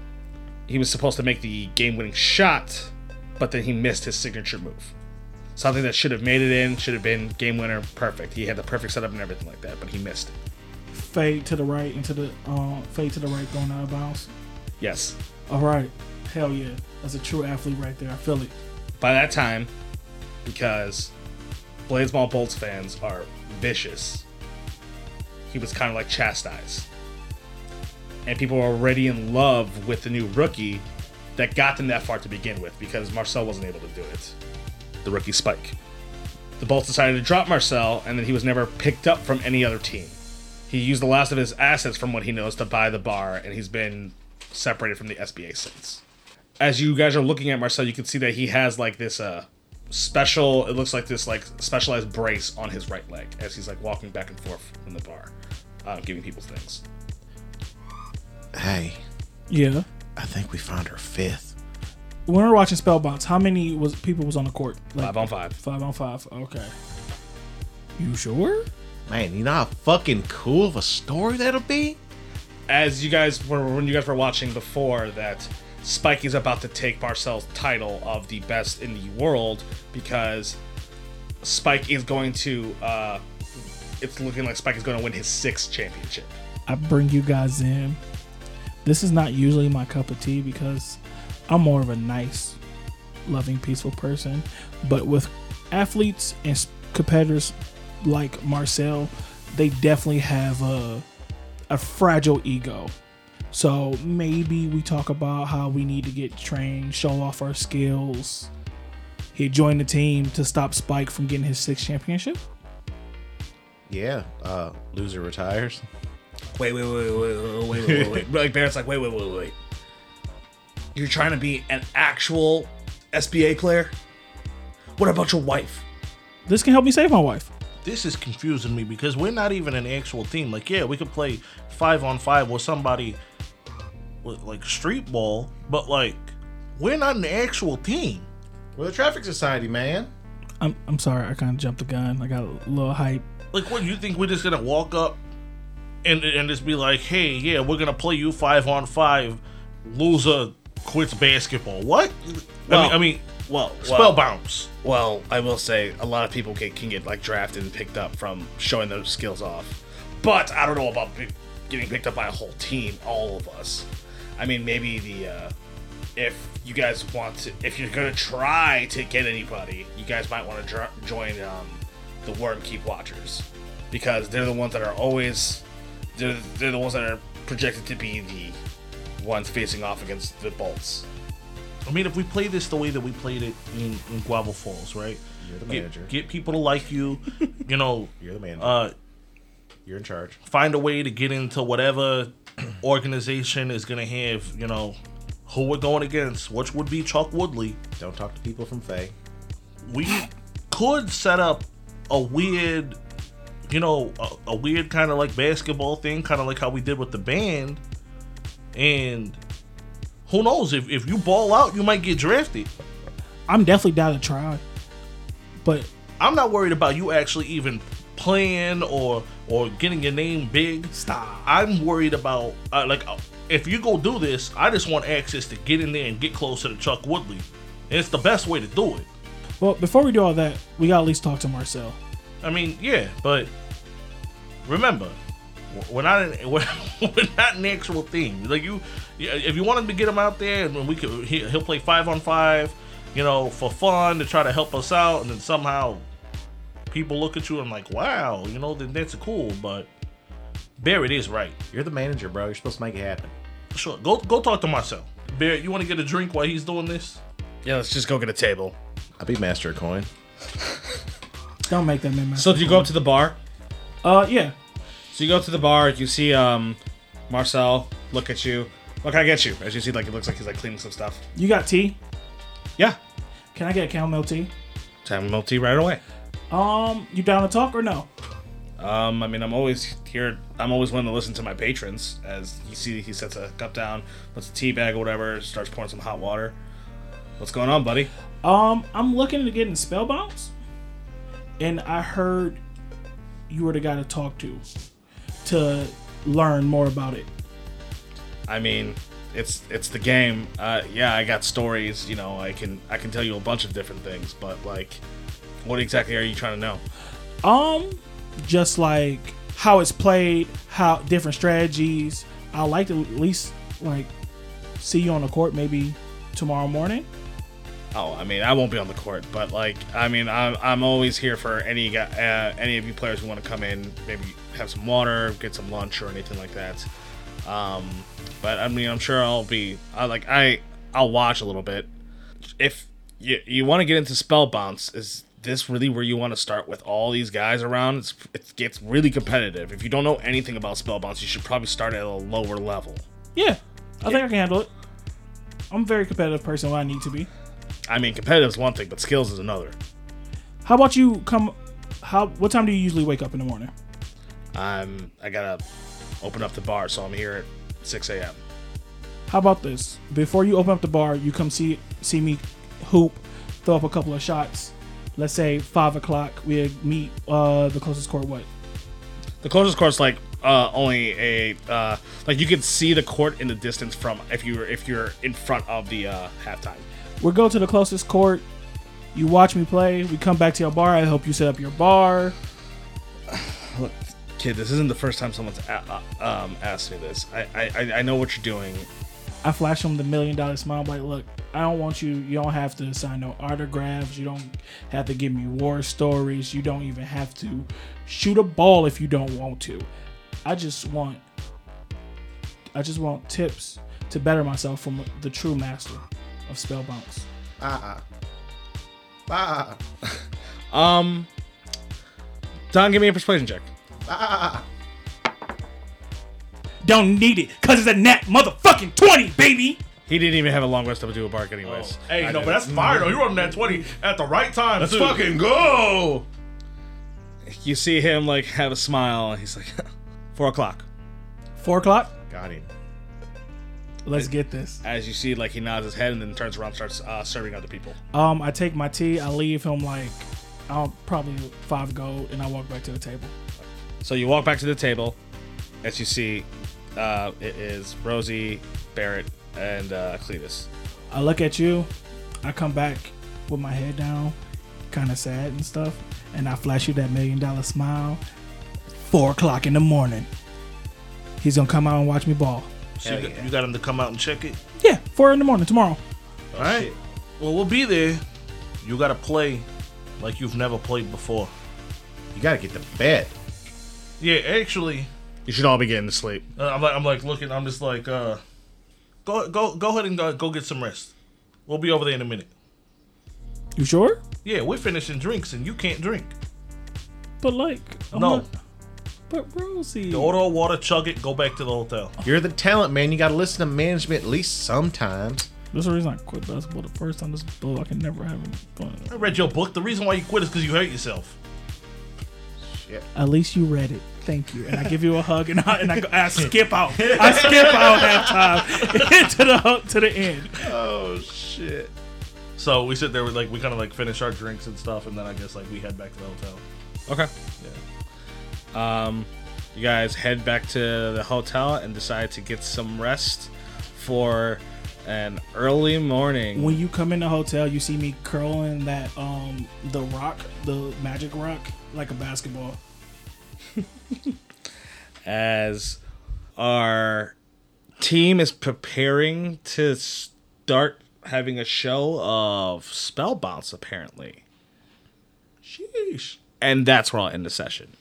he was supposed to make the game-winning shot, but then he missed his signature move. Something that should have made it in, should have been game winner, perfect. He had the perfect setup and everything like that, but he missed it.
Fade to the right into the uh, fade to the right going out of bounds.
Yes.
All right, hell yeah, that's a true athlete right there. I feel it.
By that time, because Bladesmall Bolts fans are vicious, he was kind of like chastised. And people were already in love with the new rookie that got them that far to begin with because Marcel wasn't able to do it. The rookie Spike. The Bolts decided to drop Marcel, and then he was never picked up from any other team. He used the last of his assets from what he knows to buy the bar, and he's been separated from the SBA since. As you guys are looking at Marcel, you can see that he has like this uh special it looks like this like specialized brace on his right leg as he's like walking back and forth in the bar, uh, giving people things.
Hey,
Yeah.
I think we found her fifth.
When we were watching Spellbox, how many was people was on the court? Like,
Five on five.
Five on five. Okay. You sure?
Man, you know how fucking cool of a story that'll be?
as you guys were when you guys were watching before that Spike is about to take Marcel's title of the best in the world because Spike is going to uh it's looking like Spike is going to win his sixth championship.
I bring you guys in. This is not usually my cup of tea because I'm more of a nice, loving, peaceful person. But with athletes and s- competitors like Marcel, they definitely have a, a fragile ego. So maybe we talk about how we need to get trained, show off our skills. He joined the team to stop Spike from getting his sixth championship.
Yeah, uh, loser retires.
Wait, wait, wait, wait, wait, wait, wait, wait. like Barrett's like, wait, wait, wait, wait. You're trying to be an actual SBA player? What about your wife?
This can help me save my wife.
This is confusing me because we're not even an actual team. Like, yeah, we could play five on five with somebody with like street ball, but like, we're not an actual team.
We're the traffic society, man.
I'm, I'm sorry, I kind of jumped the gun. I got a little hype.
Like, what you think we're just gonna walk up and and just be like, hey, yeah, we're gonna play you five on five, loser quits basketball. What?
Well-
I mean, I mean,
Well,
spell bounce.
Well, I will say a lot of people get, can get like drafted and picked up from showing those skills off, but I don't know about pe- getting picked up by a whole team, all of us. I mean, maybe the uh, if you guys want to, if you're gonna try to get anybody, you guys might want to dr- join um, the Worm Keep Watchers because they're the ones that are always they're, they're the ones that are projected to be the ones facing off against the Bolts.
I mean, if we play this the way that we played it in, in Guava Falls, right?
You're the
Get-
manager.
Get, people to like you, you know.
You're the manager.
Uh,
You're in charge.
find a way to get into whatever organization is gonna have, you know, who we're going against, which would be Chuck Woodley.
Don't talk to people from Faye.
We could set up a weird, you know, a, a weird kind of like basketball thing, kind of like how we did with the band. And who knows if if you ball out, you might get drafted.
I'm definitely down to try. But
I'm not worried about you actually even playing or or getting your name big.
Stop.
I'm worried about uh, like uh, if you go do this, I just want access to get in there and get closer to Chuck Woodley. And it's the best way to do it.
well, before we do all that, we gotta at least talk to Marcel.
I mean, yeah, but remember, We're not an, we're, we're not an actual thing. Like you, yeah, if you want him to get him out there, and we could he, he'll play five on five, you know, for fun to try to help us out, and then somehow people look at you and like, wow, you know, then that's cool. But Barrett is right.
You're the manager, bro. You're supposed to make it happen.
Sure, go go talk to Marcel. Barrett, you want to get a drink while he's doing this?
Yeah, let's just go get a table.
I'll be master of coin.
Don't make that mess.
So do you go up to the bar?
uh, yeah.
So you go up to the bar, you see um Marcel look at you. What can I get you? As you see, like it looks like he's like cleaning some stuff.
You got tea?
Yeah.
Can I get chamomile tea?
Time milk tea right away.
Um, you down to talk or no?
Um, I mean, I'm always here. I'm always willing to listen to my patrons. As you see, he sets a cup down, puts a tea bag or whatever, starts pouring some hot water. What's going on, buddy?
Um, I'm looking to get in spell bombs, and I heard you were the guy to talk to to learn more about it.
I mean, it's it's the game. Uh, yeah, I got stories. You know, I can I can tell you a bunch of different things, but like, what exactly are you trying to know?
Um, just like how it's played, how different strategies. I like to at least like see you on the court maybe tomorrow morning.
Oh, I mean, I won't be on the court, but like, I mean, I'm, I'm always here for any gu- uh, any of you players who want to come in, maybe have some water, get some lunch, or anything like that. Um, but I mean, I'm sure I'll be I, like I I'll watch a little bit. If you you want to get into spell bounce, is this really where you want to start with all these guys around? It's, it gets really competitive. If you don't know anything about spell bounce, you should probably start at a lower level.
Yeah, I think I can handle it. I'm a very competitive person when I need to be.
I mean, competitive is one thing, but skills is another.
How about you come? How what time do you usually wake up in the morning?
I'm I gotta open up the bar, so I'm here at 6 a.m.
How about this? Before you open up the bar, you come see see me hoop, throw up a couple of shots. Let's say five o'clock. We meet uh the closest court. What?
The closest court's like uh, only a uh, like you could see the court in the distance from if you were if you're in front of the uh, halftime.
We go to the closest court. You watch me play. We come back to your bar. I help you set up your bar.
Look, kid, this isn't the first time someone's a- uh, um, asked me this. I, I I- I know what you're doing.
I flash him the million dollar smile. I'm like, look, I don't want you. You don't have to sign no autographs. You don't have to give me war stories. You don't even have to shoot a ball if you don't want to. I just want, I just want tips to better myself from the true master of spell bounce.
Ah,
Um, Don, give me a persuasion check.
Don't need it, cause it's a net motherfucking twenty, baby.
He didn't even have a long rest to do a bark, anyways.
Oh, Hey,
I
no,
did
but
it.
that's fire though. You rolled that twenty at the right time.
let's
too.
fucking go.
you see him like have a smile. and He's like, four o'clock.
Four o'clock.
Got him.
Let's get this.
As you see, like he nods his head and then turns around, and starts uh, serving other people.
Um, I take my tea. I leave him like, um, probably five gold, and I walk back to the table.
So you walk back to the table. As you see, uh, it is Rosie, Barrett, and uh, Cletus.
I look at you, I come back with my head down, kind of sad and stuff, and I flash you that million dollar smile. Four o'clock in the morning. He's gonna come out and watch me ball.
So you, got, you got him to come out and check it.
Yeah, four in the morning tomorrow.
All right. Well, we'll be there. You gotta play like you've never played before.
You gotta get to bed.
Yeah, actually,
You should all be getting to sleep.
uh, I'm like I'm like looking. I'm just like, uh, go go go ahead and uh, go, go get some rest. We'll be over there in a minute.
You sure?
Yeah, we're finishing drinks and you can't drink.
But like, I'm
No.
not- but Rosie,
Order a water, chug it, go back to the hotel.
You're the talent man. You gotta listen to management at least sometimes.
that's the reason I quit basketball the first time. This bull, I can never have any fun.
I read your book. The reason why you quit is because you hurt yourself.
At least you read it. Thank you. And I give you a hug, and I and I, go, I skip out. I skip out halftime to the to the end.
Oh shit.
So we sit there, we like we kind of like finish our drinks and stuff, and then I guess like we head back to the hotel.
Okay. Yeah. Um, you guys head back to the hotel and decide to get some rest for an early morning.
when you come in the hotel, you see me curling that um the rock, the magic rock, like a basketball.
as our team is preparing to start having a show of spell bounce apparently. Sheesh. And that's where I'll end the session.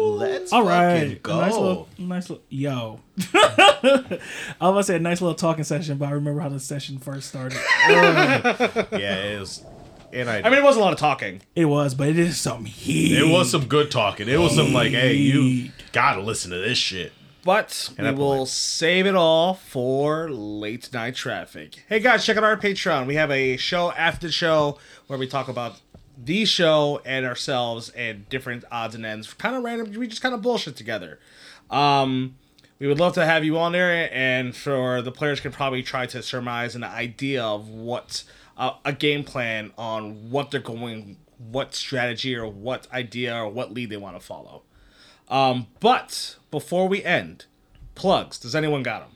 Let's
All
fucking
right,
go.
nice little, nice little, yo. I was gonna say a nice little talking session, but I remember how the session first started.
yeah, it was. And I,
I mean, it was a lot of talking.
it was, but it is some heat.
it was some good talking. It was some like, hey, you gotta listen to this shit.
But we
that
will
point.
save it all for late night traffic. Hey guys, check out our Patreon. We have a show after the show where we talk about the show and ourselves and different odds and ends. Kind of random. We just kind of bullshit together. Um, we would love to have you on there, and for the players can probably try to surmise an idea of what uh, a game plan on what they're going, what strategy or what idea or what lead they want to follow. Um, but before we end, plugs. Does anyone got them?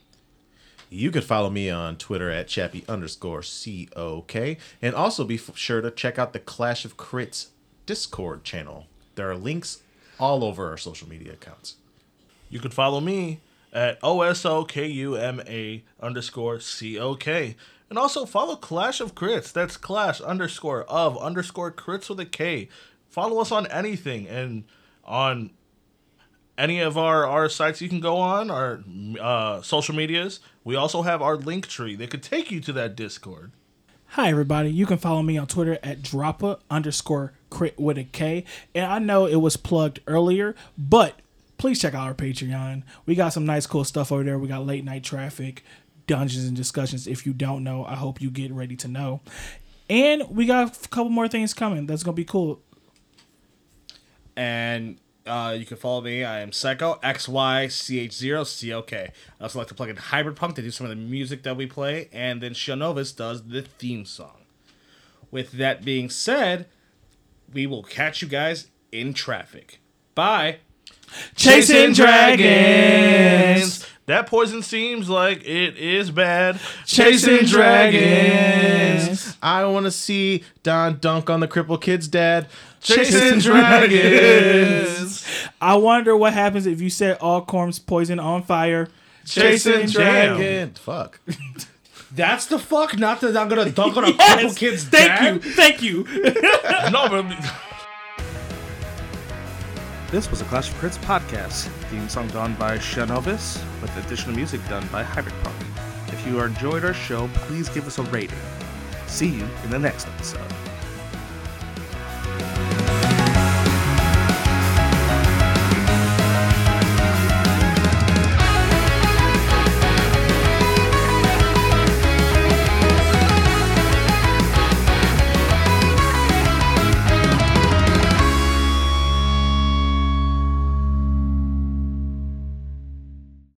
You can follow me on Twitter at Chappie underscore COK. And also be f- sure to check out the Clash of Crits Discord channel. There are links all over our social media accounts.
You could follow me at OSOKUMA underscore COK. And also follow Clash of Crits. That's Clash underscore of underscore crits with a K. Follow us on anything and on any of our, our sites you can go on, our uh, social medias. We also have our link tree that could take you to that Discord.
Hi everybody, you can follow me on Twitter at droppa underscore crit with a K. And I know it was plugged earlier, but please check out our Patreon. We got some nice cool stuff over there. We got late night traffic, dungeons and discussions. If you don't know, I hope you get ready to know. And we got a couple more things coming. That's gonna be cool.
And uh, you can follow me. I am Psycho X Y C H zero C O K. I also like to plug in Hybrid Punk to do some of the music that we play, and then Shionovis does the theme song. With that being said, we will catch you guys in traffic. Bye.
Chasing dragons.
That poison seems like it is bad.
Chasing dragons.
I want to see Don dunk on the crippled kid's dad.
Chasing dragons.
I wonder what happens if you set all corms poison on fire.
Chasing dragons.
Dragon. Fuck.
That's the fuck. Not that I'm gonna dunk on a couple
Yes!
kids.
Thank
dad.
you. Thank you.
No, but.
This was a Clash of Crits podcast. Theme song done by Shenovis, with additional music done by Hybrid Punk. If you enjoyed our show, please give us a rating. See you in the next episode.